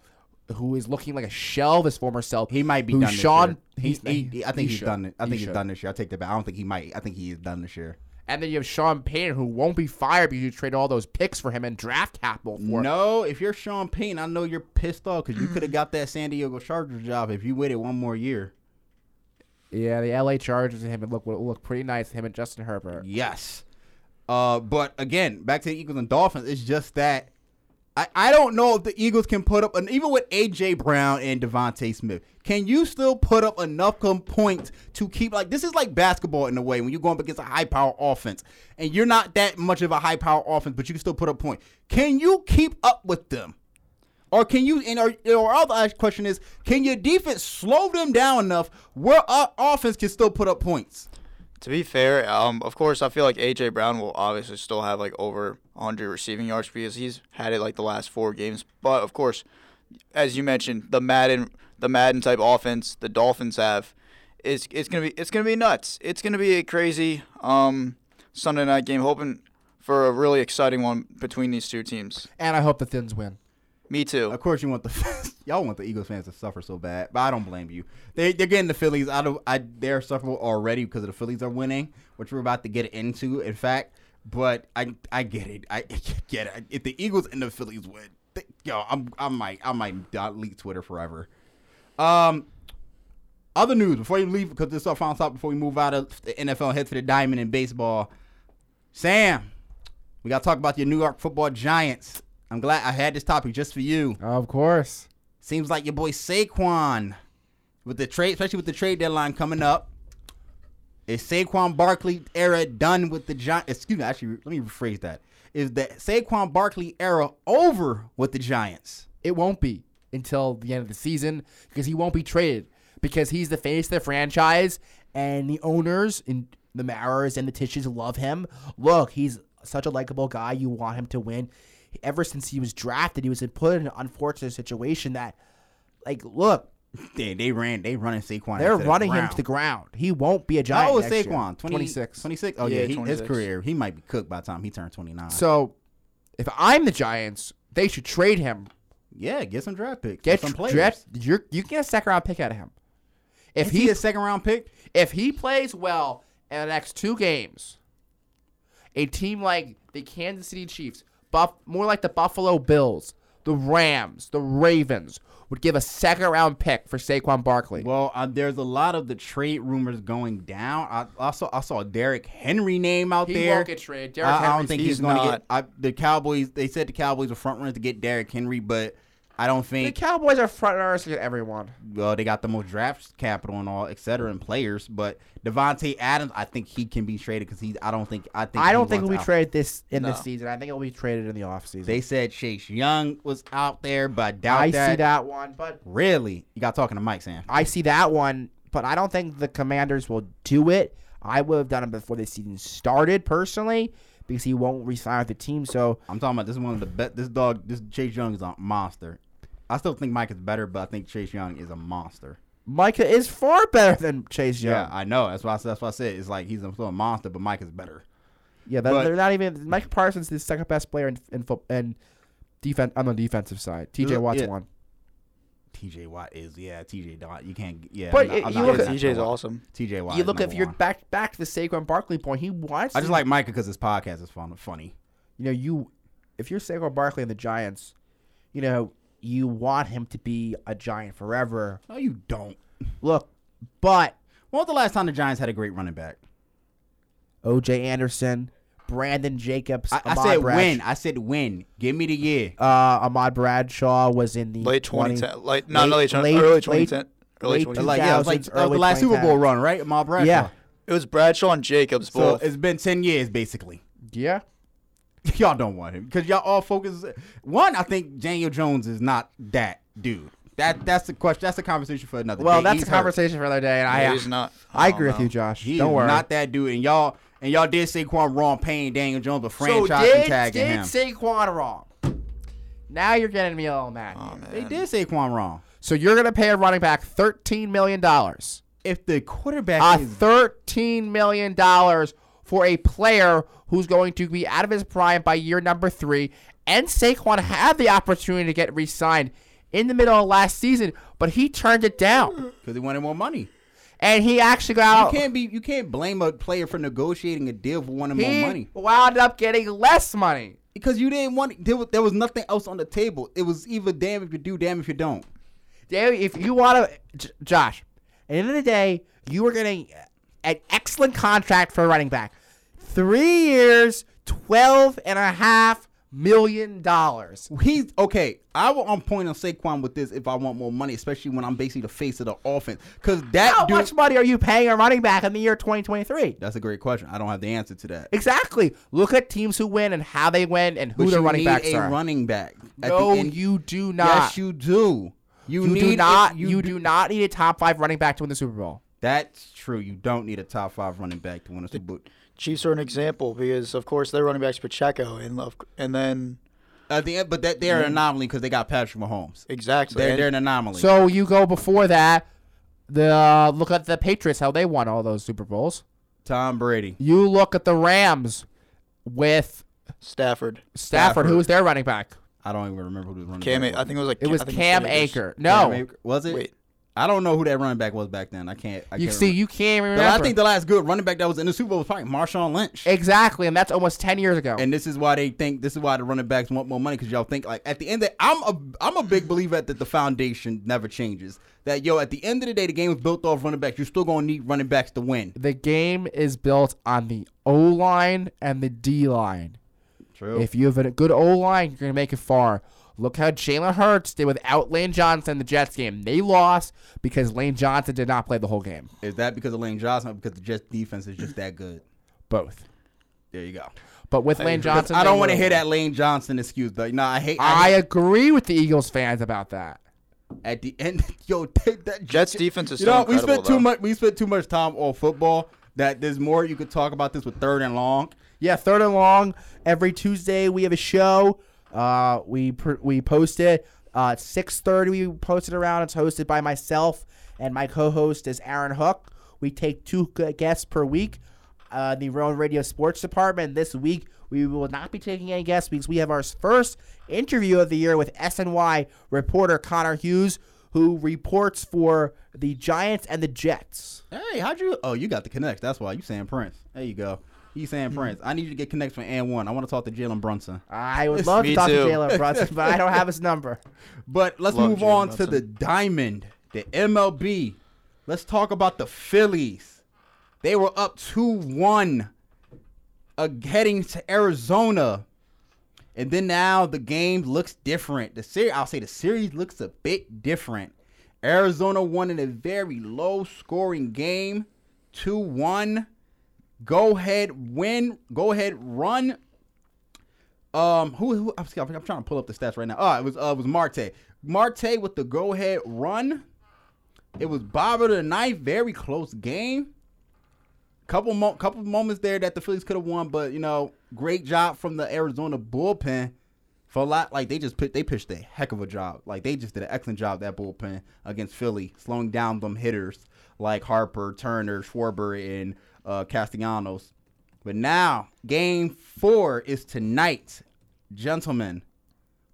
who is looking like a shell of his former self. He might be who done. Sean, this year. he's- He- he- I think he he's should. done. It. I He think he's should. done this year. I take that back. I don't think he might. I think he is done this year. And then you have Sean Payton, who won't be fired because you traded all those picks for him and draft capital for. him. No, if you're Sean Payton, I know you're pissed off because you could have got that San Diego Chargers job if you waited one more year. Yeah, the LA Chargers and him and look will look pretty nice. Him and Justin Herbert. Yes. Uh, but again, back to the Eagles and Dolphins, it's just that I, I don't know if the Eagles can put up an even with AJ Brown and Devontae Smith, can you still put up enough com- points to keep like this is like basketball in a way when you're going up against a high power offense and you're not that much of a high power offense, but you can still put up points. Can you keep up with them? Or can you and or, or other question is can your defense slow them down enough where our offense can still put up points? To be fair, um, of course, I feel like AJ Brown will obviously still have like over 100 receiving yards because he's had it like the last four games. But of course, as you mentioned, the Madden, the Madden type offense the Dolphins have, it's it's gonna be it's gonna be nuts. It's gonna be a crazy um Sunday night game. Hoping for a really exciting one between these two teams. And I hope the Thins win. Me too. Of course, you want the fans, y'all want the Eagles fans to suffer so bad, but I don't blame you. They they're getting the Phillies. I don't. I they're sufferable already because the Phillies are winning, which we're about to get into. In fact, but I I get it. I get it. If the Eagles and the Phillies win, th- yo, I'm I might I might delete Twitter forever. Um. Other news before you leave, because this is our final stop before we move out of the NFL and head to the diamond in baseball. Sam, we got to talk about your New York Football Giants. I'm glad I had this topic just for you. Of course. Seems like your boy Saquon with the trade, especially with the trade deadline coming up. Is Saquon Barkley era done with the Giants? Excuse me, actually, let me rephrase that. Is the Saquon Barkley era over with the Giants? It won't be until the end of the season because he won't be traded because he's the face of the franchise and the owners and the Maras and the Tishes love him. Look, he's such a likable guy. You want him to win. Ever since he was drafted, he was put in an unfortunate situation that, like, look, They, they ran, they running Saquon. they're into the running him ground. to the ground. He won't be a giant. How old is next year. Saquon? 20, 26. 26? Oh, yeah, Yeah, he, his 26. career. He might be cooked by the time he turned 29. So, if I'm the Giants, they should trade him. yeah, get some draft picks. Get some some players. You're, you can get a second round pick out of him. If Is he a second round pick? If he plays well in the next two games, a team like the Kansas City Chiefs, buff, more like the Buffalo Bills, the Rams, the Ravens, would give a second round pick for Saquon Barkley. Well, uh, there's a lot of the trade rumors going down. I also I saw a Derrick Henry name out he there. won't get traded. Derrick I, I don't Henry's- think he's he's, going to not. get I, the Cowboys. They said the Cowboys were front runners to get Derrick Henry, but I don't the think. Cowboys are front runners to everyone. well, they got the most draft capital and all, et cetera, and players. But Devontae Adams, I think he can be traded because he's. I don't think. I think. I he don't think wants he'll be out. traded this in this No. season. I think he'll be traded in the offseason. They said Chase Young was out there, but I doubt I that. see that one, but Really, you got talking to Mike Sam. I see that one, but I don't think the Commanders will do it. I would have done it before the season started, personally, because he won't resign with the team. So I'm talking about this is one of the best. This dog, this Chase Young is a monster. I still think Mike is better, but I think Chase Young is a monster. Micah is far better than Chase Young. Yeah, Yeah, I know. That's why. That's why I said it's like he's still a monster, but Mike is better. they're, but- they're not even. Micah Parsons is the second best player in in, fo- in defense on the defensive side. T.J. Yeah. Watt's one. T.J. Watt is yeah. T.J. Watt, you can't. Yeah, But I'm not- I'm you not look hitting at- that TJ's for a while. awesome. T.J. Watt. you look if if you're back back to the Saquon Barkley point. He wants. I just to- like Micah because his podcast is fun, funny. you know you if you're Saquon Barkley and the Giants, you know you want him to be a Giant forever. No, you don't. Look, but When was the last time the Giants had a great running back? O.J. Anderson, Brandon Jacobs, I, I Ahmad said Bradshaw, when. I said when. Give me the year. Uh, Ahmad Bradshaw was in the Late 20 2010. Late, not late- late, 20, late- early late- 2010. Early late 2010. Like yeah, it 2000s, was like that was early the last Super 2010s. Bowl run, right? Ahmad Bradshaw. Yeah. It was Bradshaw and Jacobs So both. it's been ten years basically. Yeah. y'all don't want him because y'all all focus. One, I think Daniel Jones is not that dude. That that's the question. That's a conversation for another. Well, day. that's He's a hurt. conversation for another day, and I Yeah, he's not. I don't agree with know. you, Josh. He Don't is worry. not that dude. And y'all and y'all did Saquon wrong paying Daniel Jones, but so franchise did, tagging did him. Saquon wrong? Now you're getting me all mad. Oh, here. man. they did Saquon wrong. so you're gonna pay a running back thirteen million dollars. If the quarterback Uh, is thirteen million dollars for a player who's going to be out of his prime by year number three, and Saquon had the opportunity to get re-signed in the middle of last season, but he turned it down, because he wanted more money, and he actually you got out. can't be. You can't blame a player for negotiating a deal for wanting He more money wound up getting less money. because you didn't want. There was, there was nothing else on the table. It was either damn if you do, damn if you don't. Dave, if you want to, J- Josh, at the end of the day, you are getting an excellent contract for a running back. Three years, twelve and a half million dollars. He's okay. I will on point on Saquon with this if I want more money, especially when I'm basically the face of the offense. Because that How dude, much money are you paying a running back in the year 2023? that's a great question. I don't have the answer to that. Exactly. Look at teams who win and how they win and who But their you running need backs a are. running back. At no, the end- you do not. yes, you do. You, You need do a- not. You, do not need a top five running back to win the Super Bowl. That's true. You don't need a top five running back to win a Super Bowl. Chiefs are an example because, of course, their running backs Pacheco and Love, and then At the end, but that they're an Mm-hmm. anomaly because they got Patrick Mahomes. exactly. They're and they're an anomaly. So you go before that. The uh, look at the Patriots how they won all those Super Bowls. Tom Brady. You look at the Rams with Stafford, Stafford, Stafford. who was their running back. I don't even remember who the running Cam. back I think it was like It was I think Cam Akers. Aker. Cam No, Akers. was it? Wait, I don't know who that running back was back then. I can't. I you can't see, remember. you can't The- remember. I think the last good running back that was in the Super Bowl was probably Marshawn Lynch. exactly, and that's almost ten years ago. And this is why they think this is why the running backs want more money because y'all think like at the end that I'm a I'm a big believer that the foundation never changes. That yo at the end of the day the game is built off running backs. You're still gonna need running backs to win. the game is built on the O line and the D line. True. Oh. If you have a good O line, you're gonna make it far. Look how Jalen Hurts did without Lane Johnson in the Jets game. They lost because Lane Johnson did not play the whole game. Is that because of Lane Johnson? or Because the Jets defense is just that good. Both. There you go. But with Lane Johnson, I they don't want to would've hear won. that Lane Johnson excuse though. No, I hate. I hate- agree with the Eagles fans about that. at the end, yo, that, that Jets defense is You know, still we spent incredible, too though. much. We spent too much time on football. That there's more you could talk about this with third and long. Yeah, third and long every Tuesday we have a show. Uh, we pr- we post it uh, six thirty. We post it around. It's hosted by myself and my co-host is Aaron Hook. We take two gu- guests per week. Uh, the Rowan Radio Sports Department. This week we will not be taking any guests because we have our first interview of the year with SNY reporter Connor Hughes, who reports for the Giants and the Jets. Hey, how'd you? Oh, you got the connect. That's why you saying Prince. There you go. You saying Prince? I need you to get connects with and one. I want to talk to Jalen Brunson. I would love to Me talk too. to Jalen Brunson, but I don't have his number. But let's Love move Jalen on to Brunson. the diamond, the MLB. Let's talk about the Phillies. They were up 2 1 uh, heading to Arizona. And then now the game looks different. The series, I'll say the series looks a bit different. Arizona won in a very low scoring game, 2 1. Go ahead, win. Go ahead, run um, who, who I'm, sorry, I'm trying to pull up the stats right now. Oh, it was uh, it was Marte. Marte with the go ahead run. It was Bobber to the knife. Very close game. Couple mo- couple moments there that the Phillies could have won, but you know, great job from the Arizona bullpen. For a lot, like they just put they pitched a heck of a job. Like they just did an excellent job that bullpen against Philly, slowing down them hitters like Harper, Turner, Schwarber, and uh, Castellanos. But now, game four is tonight. Gentlemen,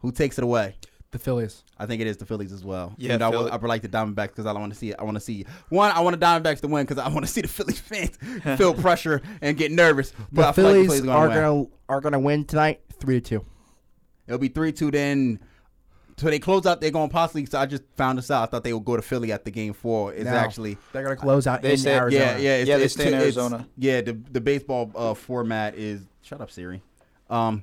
who takes it away? The Phillies. I think it is the Phillies as well. Yeah, and I would, Philly- I would like the Diamondbacks because I want to see it. I want to see one. I want the Diamondbacks to win because I want to see the Phillies fans feel pressure and get nervous. But I the feel like Phillies gonna are win. gonna are gonna win tonight, three to two. It'll be three two then. So they close out. They're going to possibly. So I just found this out. I thought they would go to Philly at the game four. It's No. actually They're gonna close out They in said- yeah, Arizona. Yeah, yeah, it's, Yeah, they it's stay in t- it's- Arizona. yeah, the the baseball uh, format is shut up, Siri. Um,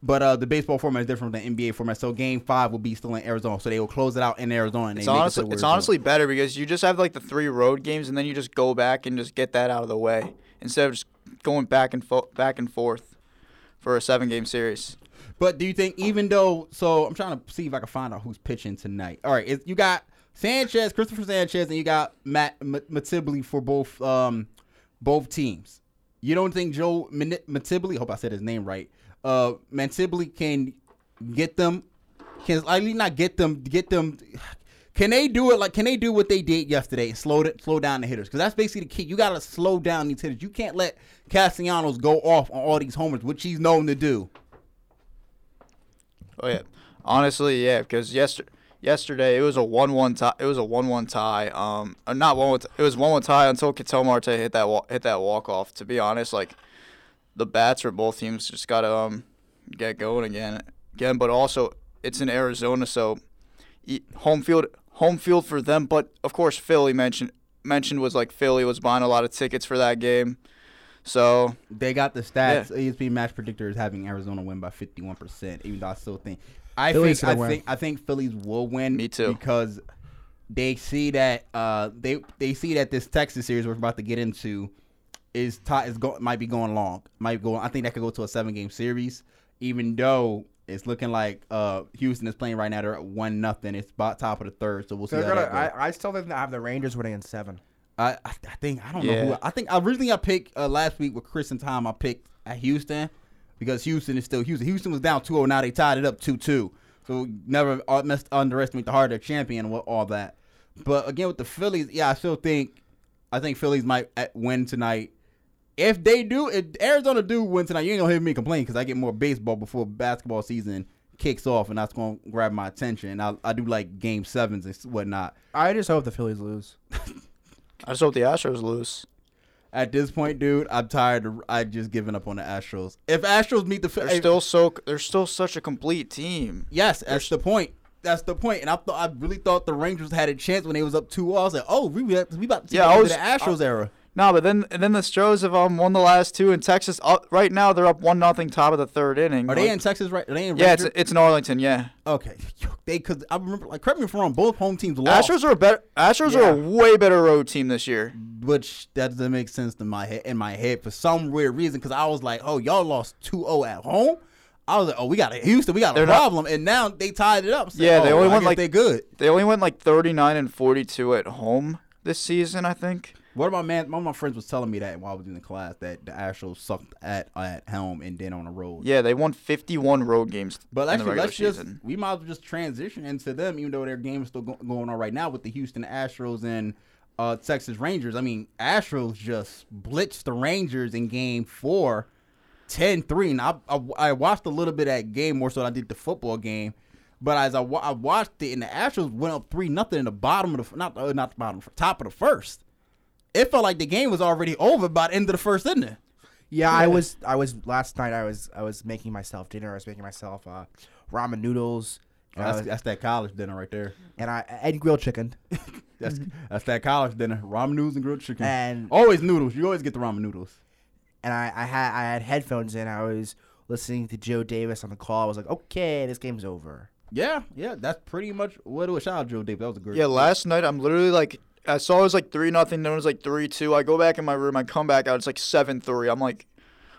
but uh, the baseball format is different from the NBA format. So Game Five will be still in Arizona. So they will close it out in Arizona. And It's they make it honestly to it's Arizona. honestly better because you just have like the three road games and then you just go back and just get that out of the way instead of just going back and fo- back and forth for a seven game series. But do you think even though? So I'm trying to see if I can find out who's pitching tonight. All right, it, you got Sanchez, Christopher Sanchez, and you got Matt M- Matibli for both um both teams. You don't think Joe Mani- Matibli? Hope I said his name right. Uh, Matibli can get them. Can at least not get them. Get them. Can they do it like? Can they do what they did yesterday and slow it, slow down the hitters? Because that's basically the key. You gotta slow down these hitters. You can't let Castellanos go off on all these homers, which he's known to do. Oh yeah, honestly, yeah, because yester- yesterday it was a one-one tie. It was a one-one tie. Um, or not one. It was one-one tie until Catel Marte hit that wa- hit that walk-off. To be honest, like the bats for both teams just gotta um get going again, again. But also it's in Arizona, so e- home field home field for them. But of course, Philly mentioned mentioned was like Philly was buying a lot of tickets for that game, so They got the stats. Yeah. ESPN match predictor is having Arizona win by fifty one percent. Even though I still think I Philly's think I gonna win. think I think Phillies will win. Me too. because they see that uh they they see that this Texas series we're about to get into is ti is go, might be going long. Might go. I think that could go to a seven game series. Even though it's looking like uh Houston is playing right now, they're at one nothing. It's about top of the third, so we'll see. They're how gonna. that goes. I, I still think they have the Rangers winning in seven. I, I I think I don't know Yeah. who I think originally I picked uh, last week with Chris and Tom. I picked at Houston because Houston is still Houston. Houston was down 2-0. Now they tied it up two two. So never uh, must underestimate the heart of the champion with all that. But again with the Phillies, yeah, I still think I think Phillies might uh, win tonight. If they do, if Arizona do win tonight, you ain't gonna hear me complain because I get more baseball before basketball season kicks off, and that's gonna grab my attention. And I, I do like game sevens and whatnot. I just hope the Phillies lose. I just hope the Astros lose. At this point, dude, I'm tired. Of, I just given up on the Astros. If Astros meet the, They're still so they're still such a complete team. yes, that's the point. That's the point. And I thought I really thought the Rangers had a chance when they was up two. I was like, oh, we we we about to Yeah, yeah, I into was- the Astros era. No, but then and then the Stros have um, won the last two in Texas. Uh, right now they're up one nothing, top of the third inning. Are they Like- in Texas right? Are they in Yeah, it's Ranger- it's in Arlington. Yeah, okay. They because I remember like correct me if I'm wrong. Both home teams lost, Astros are a better. Astros are a way better road team this year. which that doesn't make sense to my head in my head for some weird reason. Because I was like, oh, y'all lost 2-0 at home. I was like, oh, we got a Houston, we got a They're not- problem, and now they tied it up. So, Yeah, they oh, only I won, guess like- they good. They only went like 39 and 42 at home this season, I think. One of my man, one of my friends was telling me that while I was in the class that the Astros sucked at at home and then on the road. Yeah, they won 51 road games. But in the actually, regular let's just season. we might as well just transition into them, even though their game is still go- going on right now with the Houston Astros and uh, Texas Rangers. I mean, Astros just blitzed the Rangers in Game Four, 10-3. and I, I I watched a little bit of that game more so than I did the football game. But as I, wa- I watched it, and the Astros went up three nothing in the bottom of the not uh, not the bottom top of the first. It felt like the game was already over by the end of the first inning. Yeah, I was I was last night I was I was making myself dinner. I was making myself uh, ramen noodles and, I That's, was- that's that college dinner right there. and I and grilled chicken. That's Mm-hmm. that's that college dinner. Ramen noodles and grilled chicken. And- always noodles. You always get the ramen noodles. and I, I had I had headphones in. I was listening to Joe Davis on the call. I was like, okay, this game's over. Yeah, yeah. That's pretty much what it was. Shout out Joe Davis. That was a great. Yeah, last night I'm literally like, I saw it was like three nothing. Then it was like three two. I go back in my room. I come back out. It's like seven three. I'm like,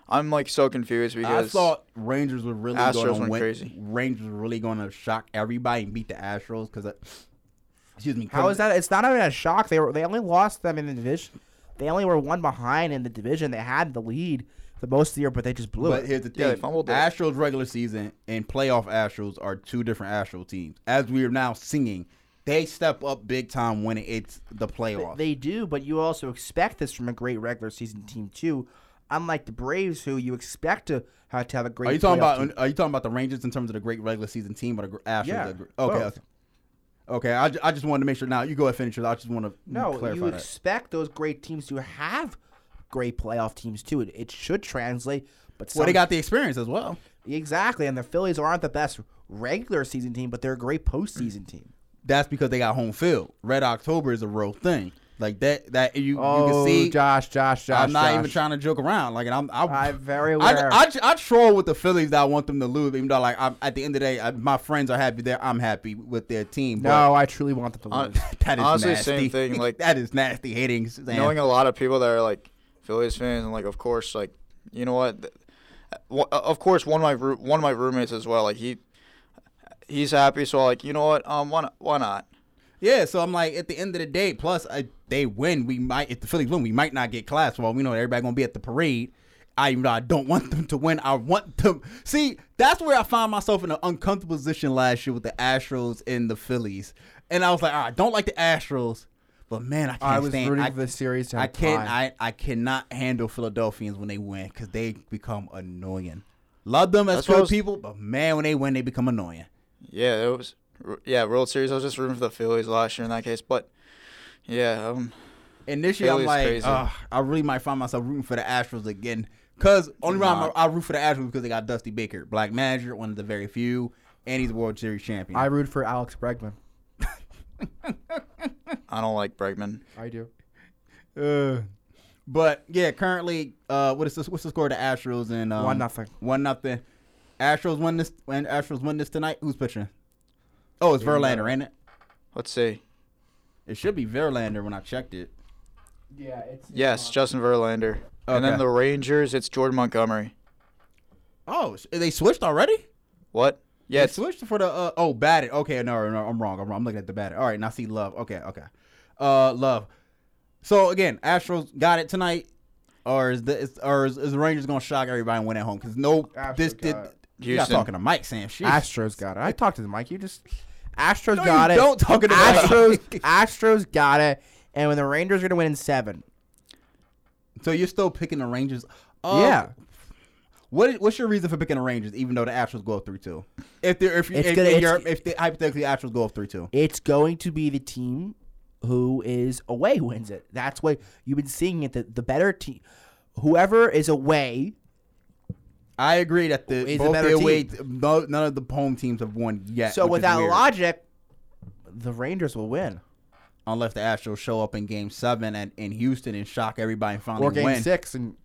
I'm like so confused I because thought Rangers were really Astros going to went win. crazy. Rangers were really going to shock everybody and beat the Astros because, excuse me, How is that? It's not even a shock. They were they only lost them in the division. They only were one behind in the division. They had the lead the most of the year, but they just blew But it. here's the Yeah, they thing: fumbled it. Astros regular season and playoff Astros are two different Astros teams. As we are now singing, they step up big time when it's the playoffs. They do, but you also expect this from a great regular season team too. Unlike the Braves, who you expect to have to have a great. Are you talking playoff about? team. Are you talking about the Rangers in terms of the great regular season team or the gr- Astros? Yeah, the gr- okay, both. okay. Okay, I, ju- I just wanted to make sure. Now you go ahead and finish it. I just want to No, clarify you that. expect those great teams to have great playoff teams too. It, it should translate, but well, some- they got the experience as well. exactly. And the Phillies aren't the best regular season team, but they're a great postseason team. That's because they got home field. Red October is a real thing. Like that. That you, you can see. Oh, Josh, Josh, Josh. I'm not even trying to joke around. Like, and I'm I, I'm very I, aware. I, I troll with the Phillies that I want them to lose, even though like I'm, at the end of the day, I, my friends are happy there. I'm happy with their team. No, I truly want them to Uh, lose. but that is honestly, nasty. same thing. Like that is nasty hating. Sam. knowing a lot of people that are like Phillies fans, and like of course, like you know what, th- wha- uh, of course one of my roo- one of my roommates as well. Like he, he's happy, so like you know what, um, why not? Why not? Yeah, so I'm like, at the end of the day, plus I, they win, we might if the Phillies win, we might not get class. Well, we know everybody gonna be at the parade. I even though I don't want them to win. I want them. See, that's where I found myself in an uncomfortable position last year with the Astros and the Phillies, and I was like, "All right, I don't like the Astros, but man, I can't I was stand. rooting I, for the series to I have can't. tie. I, I cannot handle Philadelphians when they win because they become annoying. Love them as That's what I good was- people, but man, when they win, they become annoying. Yeah, it was. r- Yeah, World Series. I was just rooting for the Phillies last year in that case, but yeah, um, And this year, I'm Philly's like, crazy. "Ugh, I really might find myself rooting for the Astros again. Because only reason I, I root for the Astros because they got Dusty Baker, black manager, one of the very few, and he's a World Series champion. I root for Alex Bregman. I don't like Bregman. I do. Uh, but yeah, currently, uh, what is this? What's the score of the Astros and um, One nothing. One nothing. Astros win this. When Astros win this tonight, who's pitching? Oh, it's Verlander, ain't it? Let's see. It should be Verlander when I checked it. Yeah, it's. Yes, Justin Verlander, and then Okay. the Rangers. It's Jordan Montgomery. Oh, sh- they switched already. What? Yeah, They it's, switched for the uh, oh batted. Okay, no, no, I'm wrong. I'm wrong. I'm looking at the batted. All right, now see love. Okay, okay, uh, love. So again, Astros got it tonight, or is the is, or is, is the Rangers gonna shock everybody and win at home? Because no, Astros this got did. it. You got Houston. talking to Mike Sam. Sheesh. Astros got it. I talked to the mic. You just Astros No, you got it. don't talk to the mic. Astros. Astros got it. And when the Rangers are going to win in seven, So you're still picking the Rangers? Oh, yeah, What is, what's your reason for picking the Rangers, even though the Astros go up three two? If they're if you It's if, gonna- if it's- you're, if they, hypothetically Astros go up three two, it's going to be the team who is away wins it. That's what you've been seeing it. The, the better team, whoever is away, I agree that the Is a both better their team. way, no, none of the home teams have won yet. so which with is that weird. logic, the Rangers will win. unless the Astros show up in Game Seven at, in Houston and shock everybody and finally or game win. six and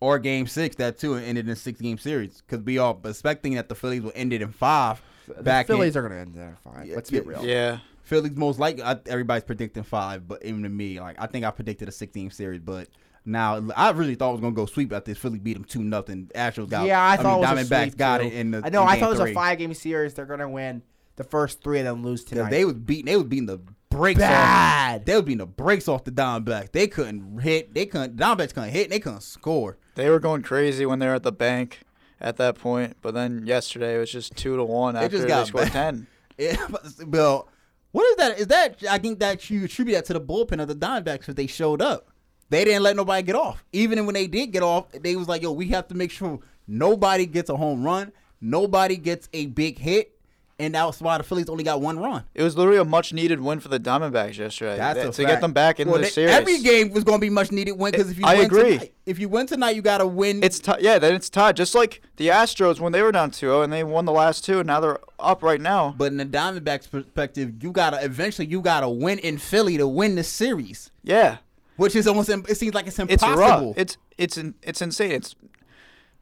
or Game Six. That too it ended in a six-game series because we all expecting that the Phillies will end it in five. Back the in- Phillies are going to end there fine. Let's be yeah, real. Yeah. Phillies most likely. I, everybody's predicting five, but even to me, like I think I predicted a six-game series, but. Now I really thought it was gonna go sweep after this. Philly beat them two nothing. Astros got Yeah, I mean, thought it was a Diamondbacks sweep, got too. it in the. I know. in I game thought it was three. a five game series. They're gonna win the first three and then lose Yeah, tonight. they was beating. They was beating the brakes Bad. off. They was beating the brakes off the Diamondbacks. They couldn't hit. They couldn't. Diamondbacks couldn't hit. And they couldn't score. They were going crazy when they were at the bank at that point, but then yesterday it was just two to one after just they got scored back. ten. Yeah, but- Bill, what is that? Is that? I think that you attribute that to the bullpen of the Diamondbacks if they showed up. They didn't let nobody get off. Even when they did get off, they was like, "Yo, we have to make sure nobody gets a home run, nobody gets a big hit." And that was why the Phillies only got one run. It was literally a much needed win for the Diamondbacks yesterday. That- That's to a fact. get them back in Well, the they- series. Every game was going to be much needed win because if you I win agree. tonight- if you win tonight, you got to win. It's ti yeah, then it's tied. Just like the Astros when they were down 2-0 and they won the last two, and now they're up right now. But in the Diamondbacks' perspective, you gotta eventually you gotta win in Philly to win the series, Yeah, which is almost im- it seems like it's it's impossible. rough. It's it's in, it's insane. It's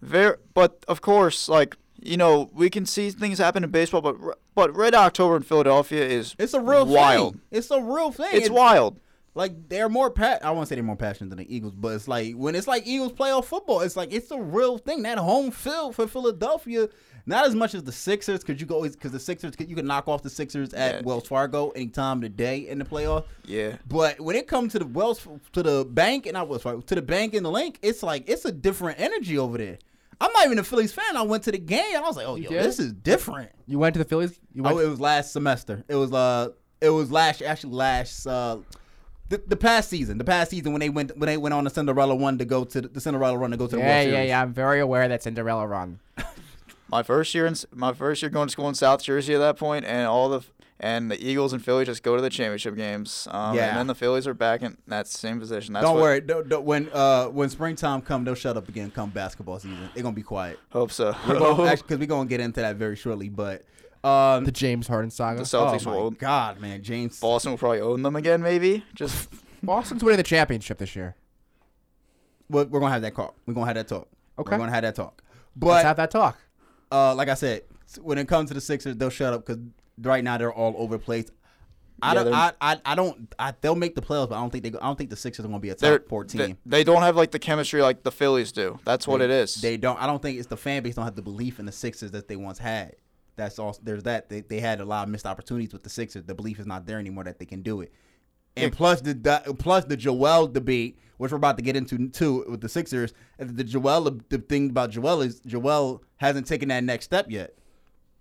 very, but of course, like you know, we can see things happen in baseball, but r- but Red October in Philadelphia is It's a real wild. Thing. It's a real thing. It's wild. Like they're more pat. I won't say they're more passionate than the Eagles, but it's like when it's like Eagles playoff football, it's like it's a real thing. That home field for Philadelphia, not as much as the Sixers, because you go because the Sixers you can knock off the Sixers at Yeah. Wells Fargo any time of the day in the playoff. Yeah. But when it comes to the Wells to the bank and I was sorry, to the bank and the link, it's like it's a different energy over there. I'm not even a Phillies fan. I went to the game. I was like, oh, yo, did? this is different. You went to the Phillies. You went Oh, it was last semester. It was uh, it was last actually last uh, the, the past season. The past season when they went when they went on the Cinderella one to go to the, the Cinderella run to go to the yeah, World yeah, Series. yeah. I'm very aware of that Cinderella run. My first year in s- my first year going to school in South Jersey at that point, and all the f- and the Eagles and Philly just go to the championship games. Um, Yeah. and then the Phillies are back in that same position. That's Don't what- worry. Don't, don't- when uh when springtime come, they'll shut up again. Come basketball season, they're gonna be quiet. Hope so. We're gonna, actually, because we're gonna get into that very shortly. But um, The James Harden saga. the Celtics oh my will own- God, man, James. Boston will probably own them again, maybe. Just Boston's winning the championship this year. We're, we're gonna have that call. We're gonna have that talk. Okay. We're gonna have that talk. Let's But have that talk. uh, like I said, when it comes to the Sixers, they'll shut up because right now they're all over the place. I Yeah, don't. they're- I, I, I don't. I, they'll make the playoffs, but I don't think they. go- I don't think the Sixers are gonna be a top they're four team. They, they don't have like the chemistry like the Phillies do. That's what it is. They don't. I don't think it's the fan base don't have the belief in the Sixers that they once had. That's all. There's that. They, they had a lot of missed opportunities with the Sixers. The belief is not there anymore that they can do it. And plus the, the plus the Joel debate, which we're about to get into too with the Sixers. and The Joel the thing about Joel is Joel hasn't taken that next step yet.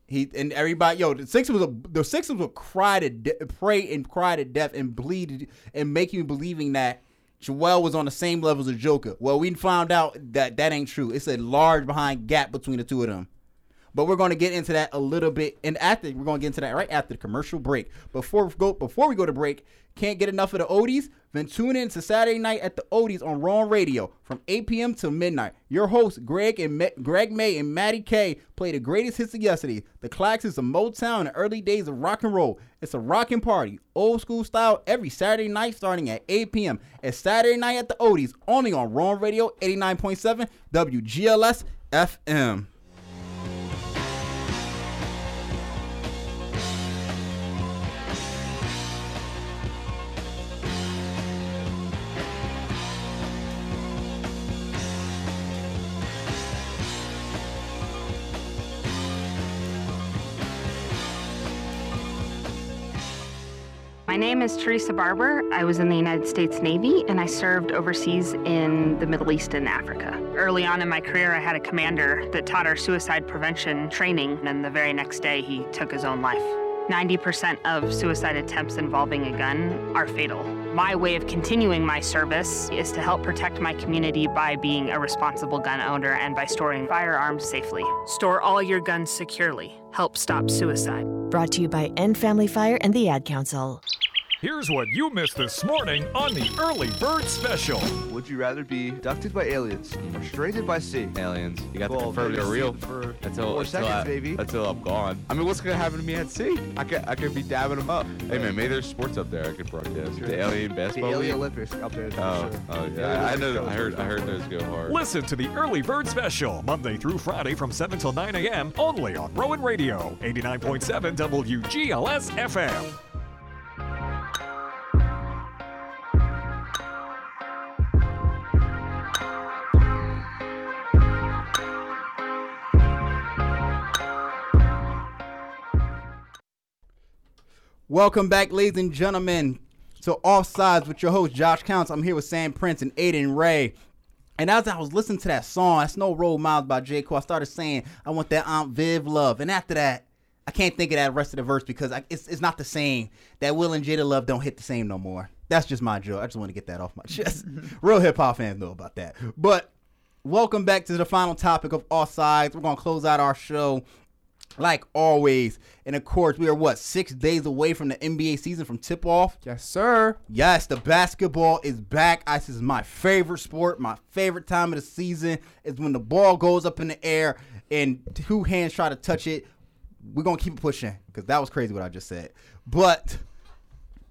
He and everybody, yo, the Sixers was a, the Sixers will cry to de- pray and cry to death and bleed and make you believing that Joel was on the same level as a Joker. Well, we found out that that ain't true. It's a large behind gap between the two of them. But we're going to get into that a little bit, and after we're going to get into that right after the commercial break. Before we go, before we go to break, can't get enough of the Odies? Then tune in to Saturday night at the Odies on Raw Radio from 8 p.m. till midnight. Your hosts Greg and Ma- Greg May and Maddie K play the greatest hits of yesterday, the classics of Motown and early days of rock and roll. It's a rockin' party, old school style, every Saturday night starting at 8 p.m. It's Saturday night at the Odies only on Raw Radio 89.7 WGLS FM. My name is Teresa Barber. I was in the United States Navy and I served overseas in the Middle East and Africa. Early on in my career, I had a commander that taught our suicide prevention training, and then the very next day, he took his own life. 90% of suicide attempts involving a gun are fatal. My way of continuing my service is to help protect my community by being a responsible gun owner and by storing firearms safely. Store all your guns securely. Help stop suicide. Brought to you by End Family Fire and the Ad Council. Here's what you missed this morning on the Early Bird Special. Would you rather be abducted by aliens or stranded by sea? Aliens. You got to Well, confirm maybe they're see real. it for Until, four until, seconds, I, baby. until I'm gone. I mean, what's going to happen to me at sea? I could, I could be dabbing them up. Hey, man, maybe there's sports up there I could broadcast. The alien The basketball alien league? Olympics up there. for Oh, sure. oh, The alien yeah. I, I know. Olympics I heard, goes I heard for those go hard. Listen to the Early Bird Special, Monday through Friday from 7 till 9 a.m. only on Rowan Radio, 89.7 WGLS FM. Welcome back, ladies and gentlemen, to Offsides with your host Josh Counts. I'm here with Sam Prince and Aiden Ray. And as I was listening to that song, "That's No Role Models" by J. Cole, I started saying, "I want that Aunt Viv love." And after that, I can't think of that rest of the verse because I, it's, it's not the same. That Will and Jada love don't hit the same no more. That's just my joke. I just want to get that off my chest. Real hip hop fans know about that. But welcome back to the final topic of Offsides. We're gonna close out our show like always. And of course, we are what six days away from the NBA season from tip off. Yes, sir. Yes, the basketball is back. Ice is my favorite sport. My favorite time of the season is when the ball goes up in the air and two hands try to touch it. We're gonna keep it pushing because that was crazy what I just said. But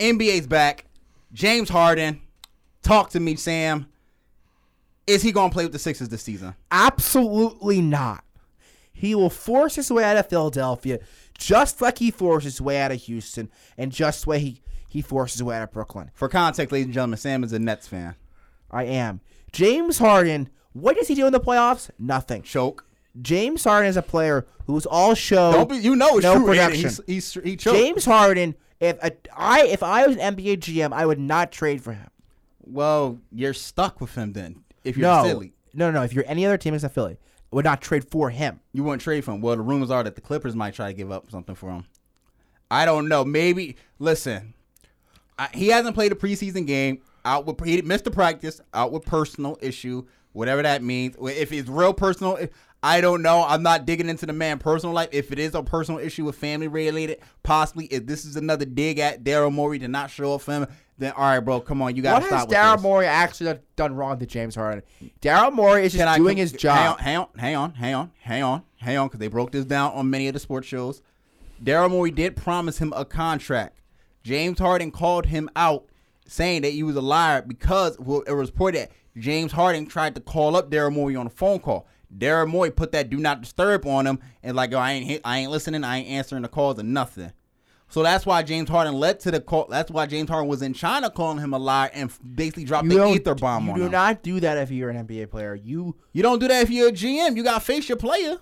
NBA's back. James Harden, talk to me, Sam. Is he gonna play with the Sixers this season? Absolutely not. He will force his way out of Philadelphia, just like he forced his way out of Houston, and just way he he forced his way out of Brooklyn. For context, ladies and gentlemen, Sam is a Nets fan. I am James Harden. What does he do in the playoffs? Nothing. Choke. James Harden is a player who's all show. Don't be, you know it's Oh, no true. Aiden. production. He's, he's, he choked. James Harden. If a, I if I was an NBA GM, I would not trade for him. Well, you're stuck with him then. If you're No, silly, no, no. If you're any other team except Philly, would not trade for him. you wouldn't trade for him. Well, the rumors are that the Clippers might try to give up something for him. I don't know. Maybe listen, I, he hasn't played a preseason game. Out with he missed the practice. Out with personal issue, whatever that means. If it's real personal, if- I don't know. I'm not digging into the man personal life. If it is a personal issue with family related, possibly if this is another dig at Daryl Morey to not show up for him, then all right, bro, come on, you gotta What has stop. Daryl with this. Morey actually done- done wrong to James Harden? Daryl Morey is just Can I doing com- his job. Hang on, hang on, hang on, hang on, hang on, because they broke this down on many of the sports shows. Daryl Morey did promise him a contract. James Harden called him out, saying that he was a liar because well, it was reported that James Harden tried to call up Daryl Morey on a phone call. Daryl Morey put that do not disturb on him and like, yo, I ain't, hit, I ain't listening, I ain't answering the calls or nothing. So that's why James Harden led to the call. That's why James Harden was in China calling him a liar and f- basically dropped the don't- ether bomb you on do him. not do that if you're an NBA player. You You don't do that if you're a GM. You gotta face your player,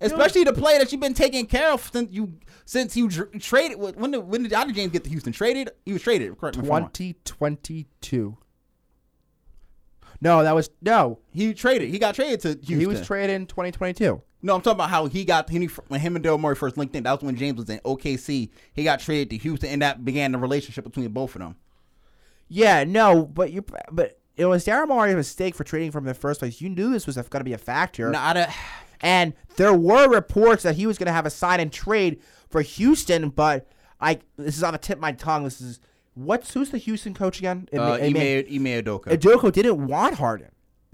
especially the player that you've been taking care of since you since you dr- traded. When did when did Otto James get to Houston? Traded? He was traded. Correct. me if I'm wrong. 2022. No, that was no. He traded. He got traded to Houston. He was traded in 2022. no, I'm talking about how he got he, when him and Daryl Murray first linked in. That was when James was in OKC. He got traded to Houston, and that began the relationship between both of them. Yeah, no, but you but it was Daryl Morey's mistake for trading from the first place. You knew this was going to be a factor, Now, I don't- and there were reports that he was going to have a sign and trade for Houston. But I this is on the tip of my tongue. This is what's who's the Houston coach again? It, uh, it may- Ime Ime Udoka. Adoko didn't want Harden.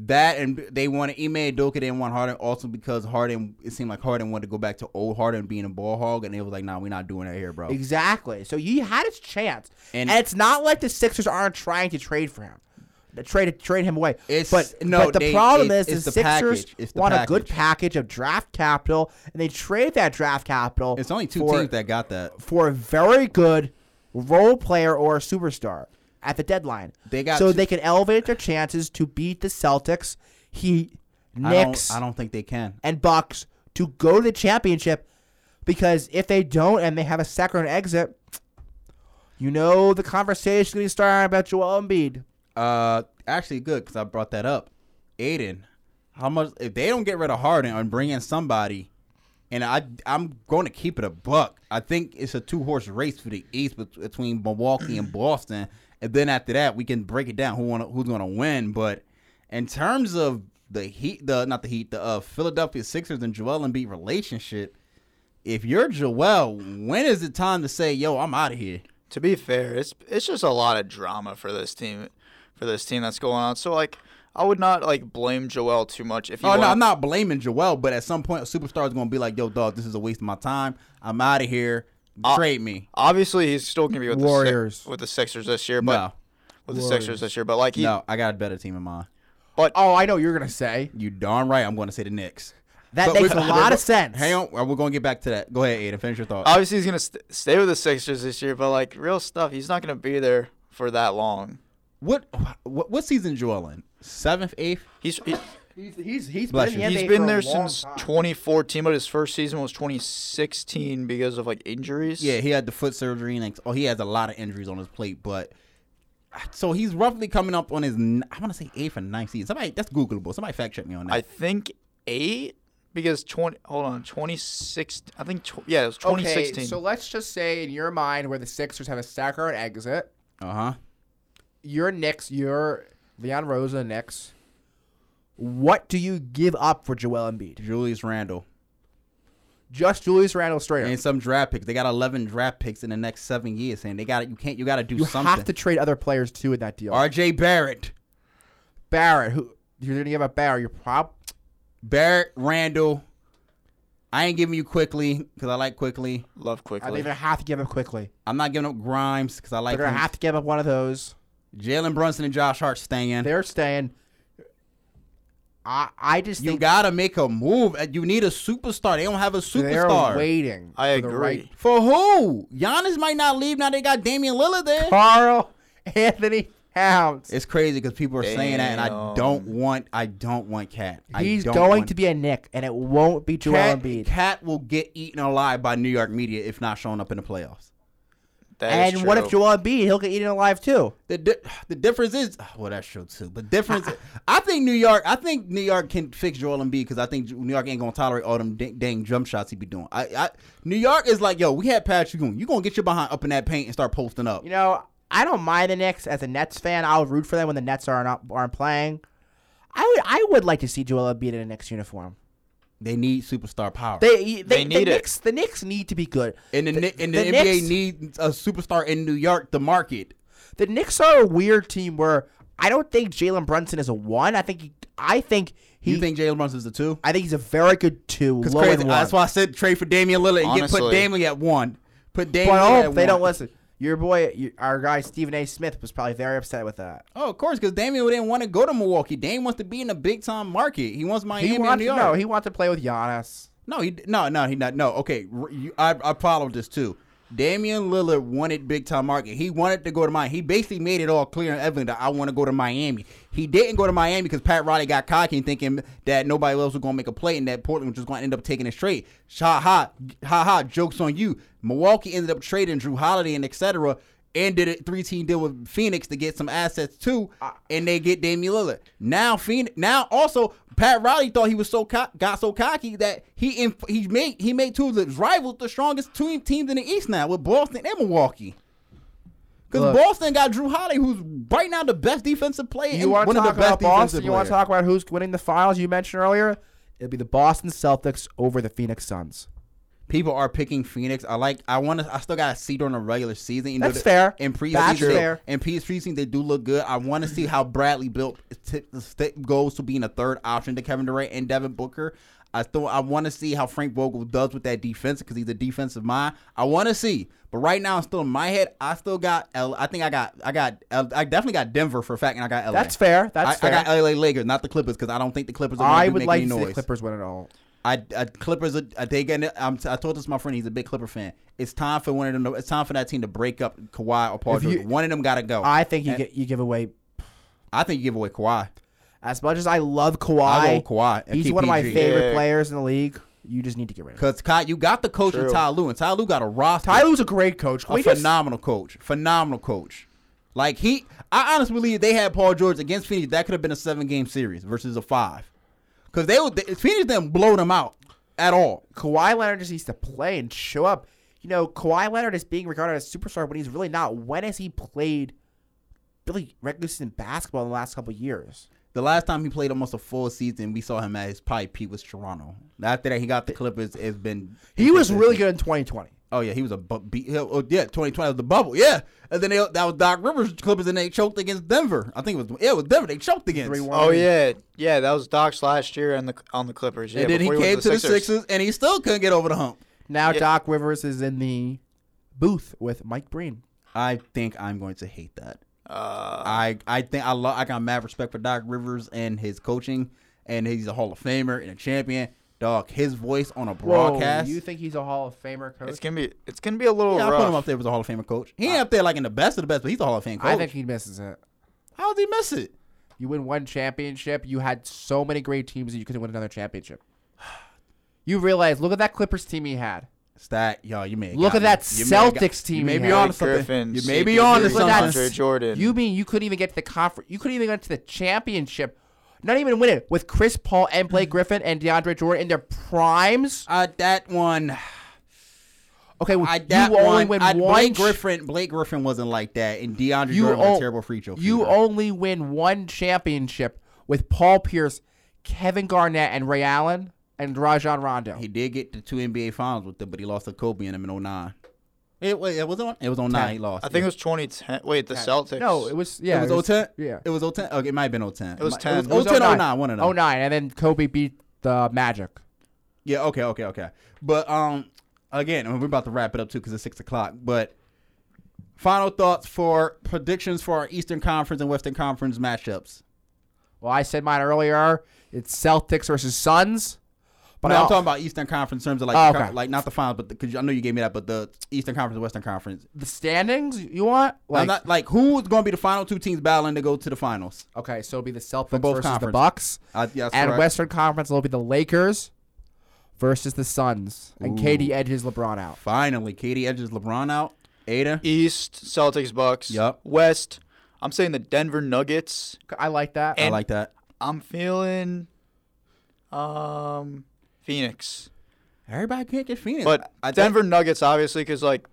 That and they wanted Ime Udoka didn't want Harden also because Harden it seemed like Harden wanted to go back to old Harden being a ball hog and they was like, nah, we're not doing that here, bro. Exactly. So he had his chance, And- and, it's not like the Sixers aren't trying to trade for him, to trade trade him away. It's- but no, but the they- problem it- is it's the, the Sixers package. It's the want a good package. package of draft capital, and they trade that draft capital. It's only two for, teams that got that. for a very good role player or a superstar at the deadline. They got so two- they can elevate their chances to beat the Celtics, Heat, I Knicks, don't, I don't think they can. and Bucks to go to the championship because if they don't and they have a second exit, you know the conversation is going to start about Joel Embiid. Uh, actually, good because I brought that up. Aiden, how much if they don't get rid of Harden and bring in somebody, and I I'm going to keep it a buck. I think it's a two horse race for the East bet- between Milwaukee and Boston, and then after that we can break it down who wanna, who's going to win. But in terms of the Heat, the not the Heat, the uh, Philadelphia Sixers and Joel Embiid relationship, if you're Joel, when is it time to say, "Yo, I'm out of here"? to be fair, it's it's just a lot of drama for this team, for this team that's going on. So like, I would not like blame Joel too much if you. Oh no, wanna- I'm not blaming Joel, but at some point, a superstar is gonna be like, "Yo, dog, this is a waste of my time. I'm out of here. Trade me." Obviously, he's still gonna be with the Warriors. Six, with the Sixers this year, but No, with the Sixers this year. But like he, no, I got a better team in mind. Oh, I know what you're gonna say You darn right, I'm gonna say the Knicks. That But makes we- a lot of sense. Hang on, we're gonna get back to that. Go ahead, Aiden. Finish your thought. obviously he's gonna st- stay with the Sixers this year. But like real stuff, he's not gonna be there for that long. what, what what season Joel in? Seventh, eighth. He's he, He's he's he's Bless been you. in the he's NBA been for a there long since time. 2014, but his first season was 2016 because of like injuries. Yeah, he had the foot surgery and like, oh, he has a lot of injuries on his plate, but so he's roughly coming up on his n- I want to say eighth or ninth season. Somebody that's Googleable. Somebody fact check me on that. I think eight because 20. Hold on, 26. I think tw- yeah, it was Okay, 2016. so let's just say in your mind where the Sixers have a saccharine exit, uh huh. your Knicks, your Leon Rosa Knicks. What do you give up for Joel Embiid? Julius Randle Just Julius Randle straight. up. and some draft picks. They got eleven draft picks in the next seven years, saying they got You can't. You got to do You something. have to trade other players too in that deal. R.J. Barrett, Barrett, who you're gonna give up Barrett, you're prob Barrett, Randle. I ain't giving you quickly because I like quickly. I Love think quickly. they're gonna have to give up quickly. I'm not giving up Grimes because I They're like gonna him. have to give up one of those. Jalen Brunson and Josh Hart staying. They're staying. I I just You think gotta make a move. Uh, You need a superstar. They don't have a they're superstar. waiting. I for the agree. right- For who? Giannis might not leave now. They got Damian Lillard there. Carl Anthony Towns. It's crazy because people are saying that, and I Damn. don't want. I don't want Cat. He's going to be a Nick, and it won't be Joel Cat, Embiid. Cat will get eaten alive by New York media if not showing up in the playoffs. That is and what if true. Joel Embiid? He'll get eaten alive too. The di- the difference is oh, well that's true too. But difference, I think New York. I think New York can fix Joel Embiid because I think New York ain't gonna tolerate all them dang, dang jump shots he be doing. I, I New York is like yo, we had Patrick Goon. You gonna get your behind up in that paint and start posting up. You know, I don't mind the Knicks as a Nets fan. I'll root for them when the Nets are not aren't playing. I would I would like to see Joel Embiid in a Knicks uniform. They need superstar power. They they, They the need it. Knicks the Knicks need to be good. and the, Kni- and the, the NBA Knicks- needs a superstar in New York to market. The Knicks are a weird team where I don't think Jalen Brunson is a one. I think he, I think he you think Jalen Brunson's the two? I think he's a very good two. It's Low crazy. and one. That's why I said trade for Damian Lillard and get put Honestly. Damian at one. Put Damian but I at hope one. they don't listen. Your boy, you, our guy Stephen A. Smith was probably very upset with that. Oh, of course, because Damian didn't want to go to Milwaukee. Dame wants to be in a big time market. He wants Miami He and wants New York. no. He wants to play with Giannis. No, he no no he not no. Okay, r- you, I I followed this too. Damian Lillard wanted big time market. He wanted to go to Miami. He basically made it all clear and evident that I want to go to Miami. He didn't go to Miami because Pat Riley got cocky and thinking that nobody else was going to make a play and that Portland was just going to end up taking it straight. Ha ha ha ha. Jokes on you. Milwaukee ended up trading Drew Holiday and etc. And did a three team deal with Phoenix to get some assets too, and they get Damian Lillard. Now Phoenix. Now also Pat Riley thought he was so co- got so cocky that he inf- he made he made two of his rivals the strongest two teams in the East now with Boston and Milwaukee. Because Look. Boston got Drew Holiday, who's right now the best defensive player. You and want one to of the talk best about Boston? defensive You want to players. talk about who's winning the finals? You mentioned earlier. It'll be the Boston Celtics over the Phoenix Suns. People are picking Phoenix. I like. I want to. I still got to see during the regular season. You know, That's the- fair. In preseason, That's they- fair. In preseason, they do look good. I want to see how Bradley built t- t- goes to being a third option to Kevin Durant and Devin Booker. I still. I want to see how Frank Vogel does with that defense because he's a defensive mind. I want to see. But right now, I'm still in my head. I still got. L- I think I got. I got. L- I definitely got Denver for a fact, and I got LA. That's fair. That's I, fair. I got LA Lakers, not the Clippers, because I don't think the Clippers are. gonna I be would making like any to see noise. the Clippers win it all. I, I Clippers. Are, are they getting? it? I'm, I told this to my friend. He's a big Clipper fan. It's time for one of them. to- It's time for that team to break up Kawhi or Paul If you- George. One of them got to go. I, I think you get you give away think you give away Kawhi. as much as I love I Kawhi. go Kawhi. and he's keep one of my PG. favorite Yeah. players in the league. You just need to get rid of him. Cause Kai, you got the coach in True. Ty Lue, and Ty Lue got a roster. Ty Lue's a great coach. Can a we just- phenomenal coach. Phenomenal coach. Like he, I honestly believe they had Paul George against Phoenix. That could have been a seven game series versus a five. Cause they would they, Phoenix didn't blow them out at all. Kawhi Leonard just needs to play and show up. You know, Kawhi Leonard is being regarded as a superstar when he's really not. When has he played really regular season basketball in the last couple of years? The last time he played almost a full season, we saw him at his probably peak was Toronto. After that, he got the Clippers. It's been He was really good in 2020. Oh yeah, he was a bu- be- he- oh yeah, 2020 was the bubble. Yeah, and then they, that was Doc Rivers Clippers, and they choked against Denver. I think it was yeah, it was Denver. They choked against. Oh yeah, yeah. That was Doc's last year on the on the Clippers. Yeah, and then he before came went to the Sixers, and he still couldn't get over the hump. Now Doc Rivers is in the booth with Mike Breen. I think I'm going to hate that. I I think I love I got mad respect for Doc Rivers and his coaching, and he's a Hall of Famer and a champion. Dog, his voice on a broadcast. you think he's a Hall of Famer coach? It's gonna be it's gonna be a little yeah, I rough. put him up there as a Hall of Famer coach. He ain't up there like in the best of the best, but he's a Hall of Fame coach. I think he misses it. How did he miss it? You win one championship. You had so many great teams that you couldn't win another championship. You realize, look at that Clippers team he had. Stat, yo, you may Look at that Celtics team. You may he be had. on Griffin, something. You may be CP3, on to Look at that something. Andre s- Jordan. You mean you couldn't even get to the conference? You couldn't even get to the championship. Not even win it with Chris Paul and Mm. Blake Griffin and DeAndre Jordan in their primes. Uh, that one. Okay, well, I, that you only one. win I, one. Blake ch- Griffin. Blake Griffin wasn't like that, and DeAndre you Jordan was o- a terrible free throw. You shooter. only win one championship with Paul Pierce, Kevin Garnett, and Ray Allen and Rajon Rondo. He did get the two NBA finals with them, but he lost to Kobe in them in 09. It was it was on it was 09 he lost. I think it was 2010. Wait, the Celtics. no, it was yeah, it was 010. yeah. It was 010. Okay, it might have been 010. It was might- 10. It It was was 010 09. 09, one of them. 09, and then Kobe beat the Magic. Yeah, okay, okay, okay. But um, again, and we're about to wrap it up too because it's six o'clock. But final thoughts for predictions for our Eastern Conference and Western Conference matchups. Well, I said mine earlier. It's Celtics versus Suns. But no, I- I'm talking about Eastern Conference in terms of like Oh, the con- okay. like not the finals, but because I know you gave me that, but the Eastern Conference and Western Conference. the standings. You want Like, like not, like who's going to be the final two teams battling to go to the finals? okay? So it'll be the Celtics both versus the conferences. Bucks, Uh, yeah, that's and correct. Western Conference will be the Lakers versus the Suns, and KD edges LeBron out. Finally, Katie edges LeBron out. Ada. East Celtics Bucks. Yup. West. I'm saying the Denver Nuggets. I like that. I like that. I'm feeling, um, Phoenix. Everybody can't get Phoenix, But I, I think- Denver Nuggets, obviously, because like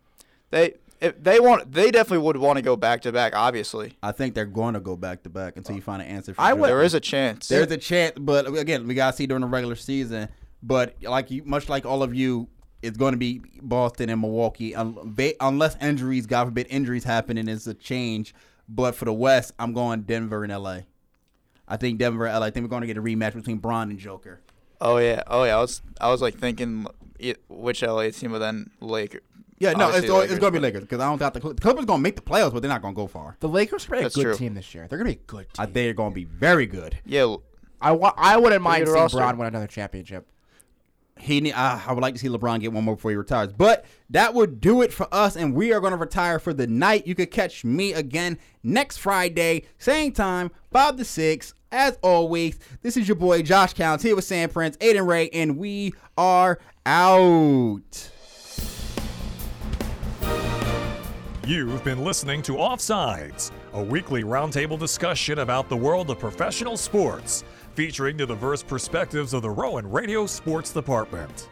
they if they want they definitely would want to go back to back. Obviously, I think they're going to go back to back until you find an answer. For Uh, I Joe. would- there is a chance. There's a chance, but again, we gotta see during the regular season. But like you, much like all of you, it's going to be Boston and Milwaukee, un- they- unless injuries, God forbid, injuries happen and it's a change. But for the West, I'm going Denver and LA. I think Denver, LA. I think we're going to get a rematch between Braun and Joker. oh yeah, oh yeah. I was I was like thinking it, which LA team, but then Laker. Yeah, no, obviously it's, always- it's Lakers, going to be but- Lakers because I don't doubt the Cl- Clippers going to make the playoffs, but they're not going to go far. the Lakers are gonna be a That's good true. team this year. They're gonna be a good team. I, they're going to be very good. Yeah, l- I wa- I wouldn't mind good seeing roster. Bron win another championship. he need, I, I would like to see LeBron get one more before he retires. But that would do it for us, and we are going to retire for the night. You could catch me again next Friday, same time, 5 to 6. As always, this is your boy Josh Counts here with Sam Prince, Aiden Ray, and we are out. You've been listening to Offsides, a weekly roundtable discussion about the world of professional sports, featuring the diverse perspectives of the Rowan Radio Sports Department.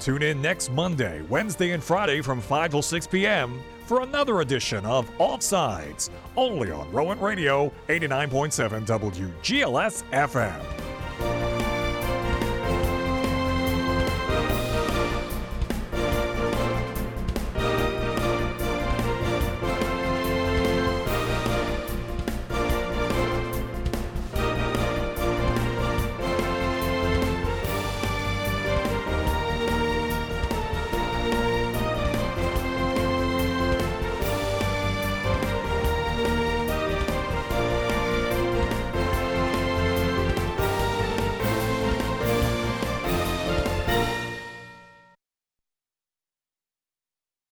Tune in next Monday, Wednesday, and Friday from 5 till 6 p.m. for another edition of Offsides, only on Rowan Radio 89.7 WGLS FM.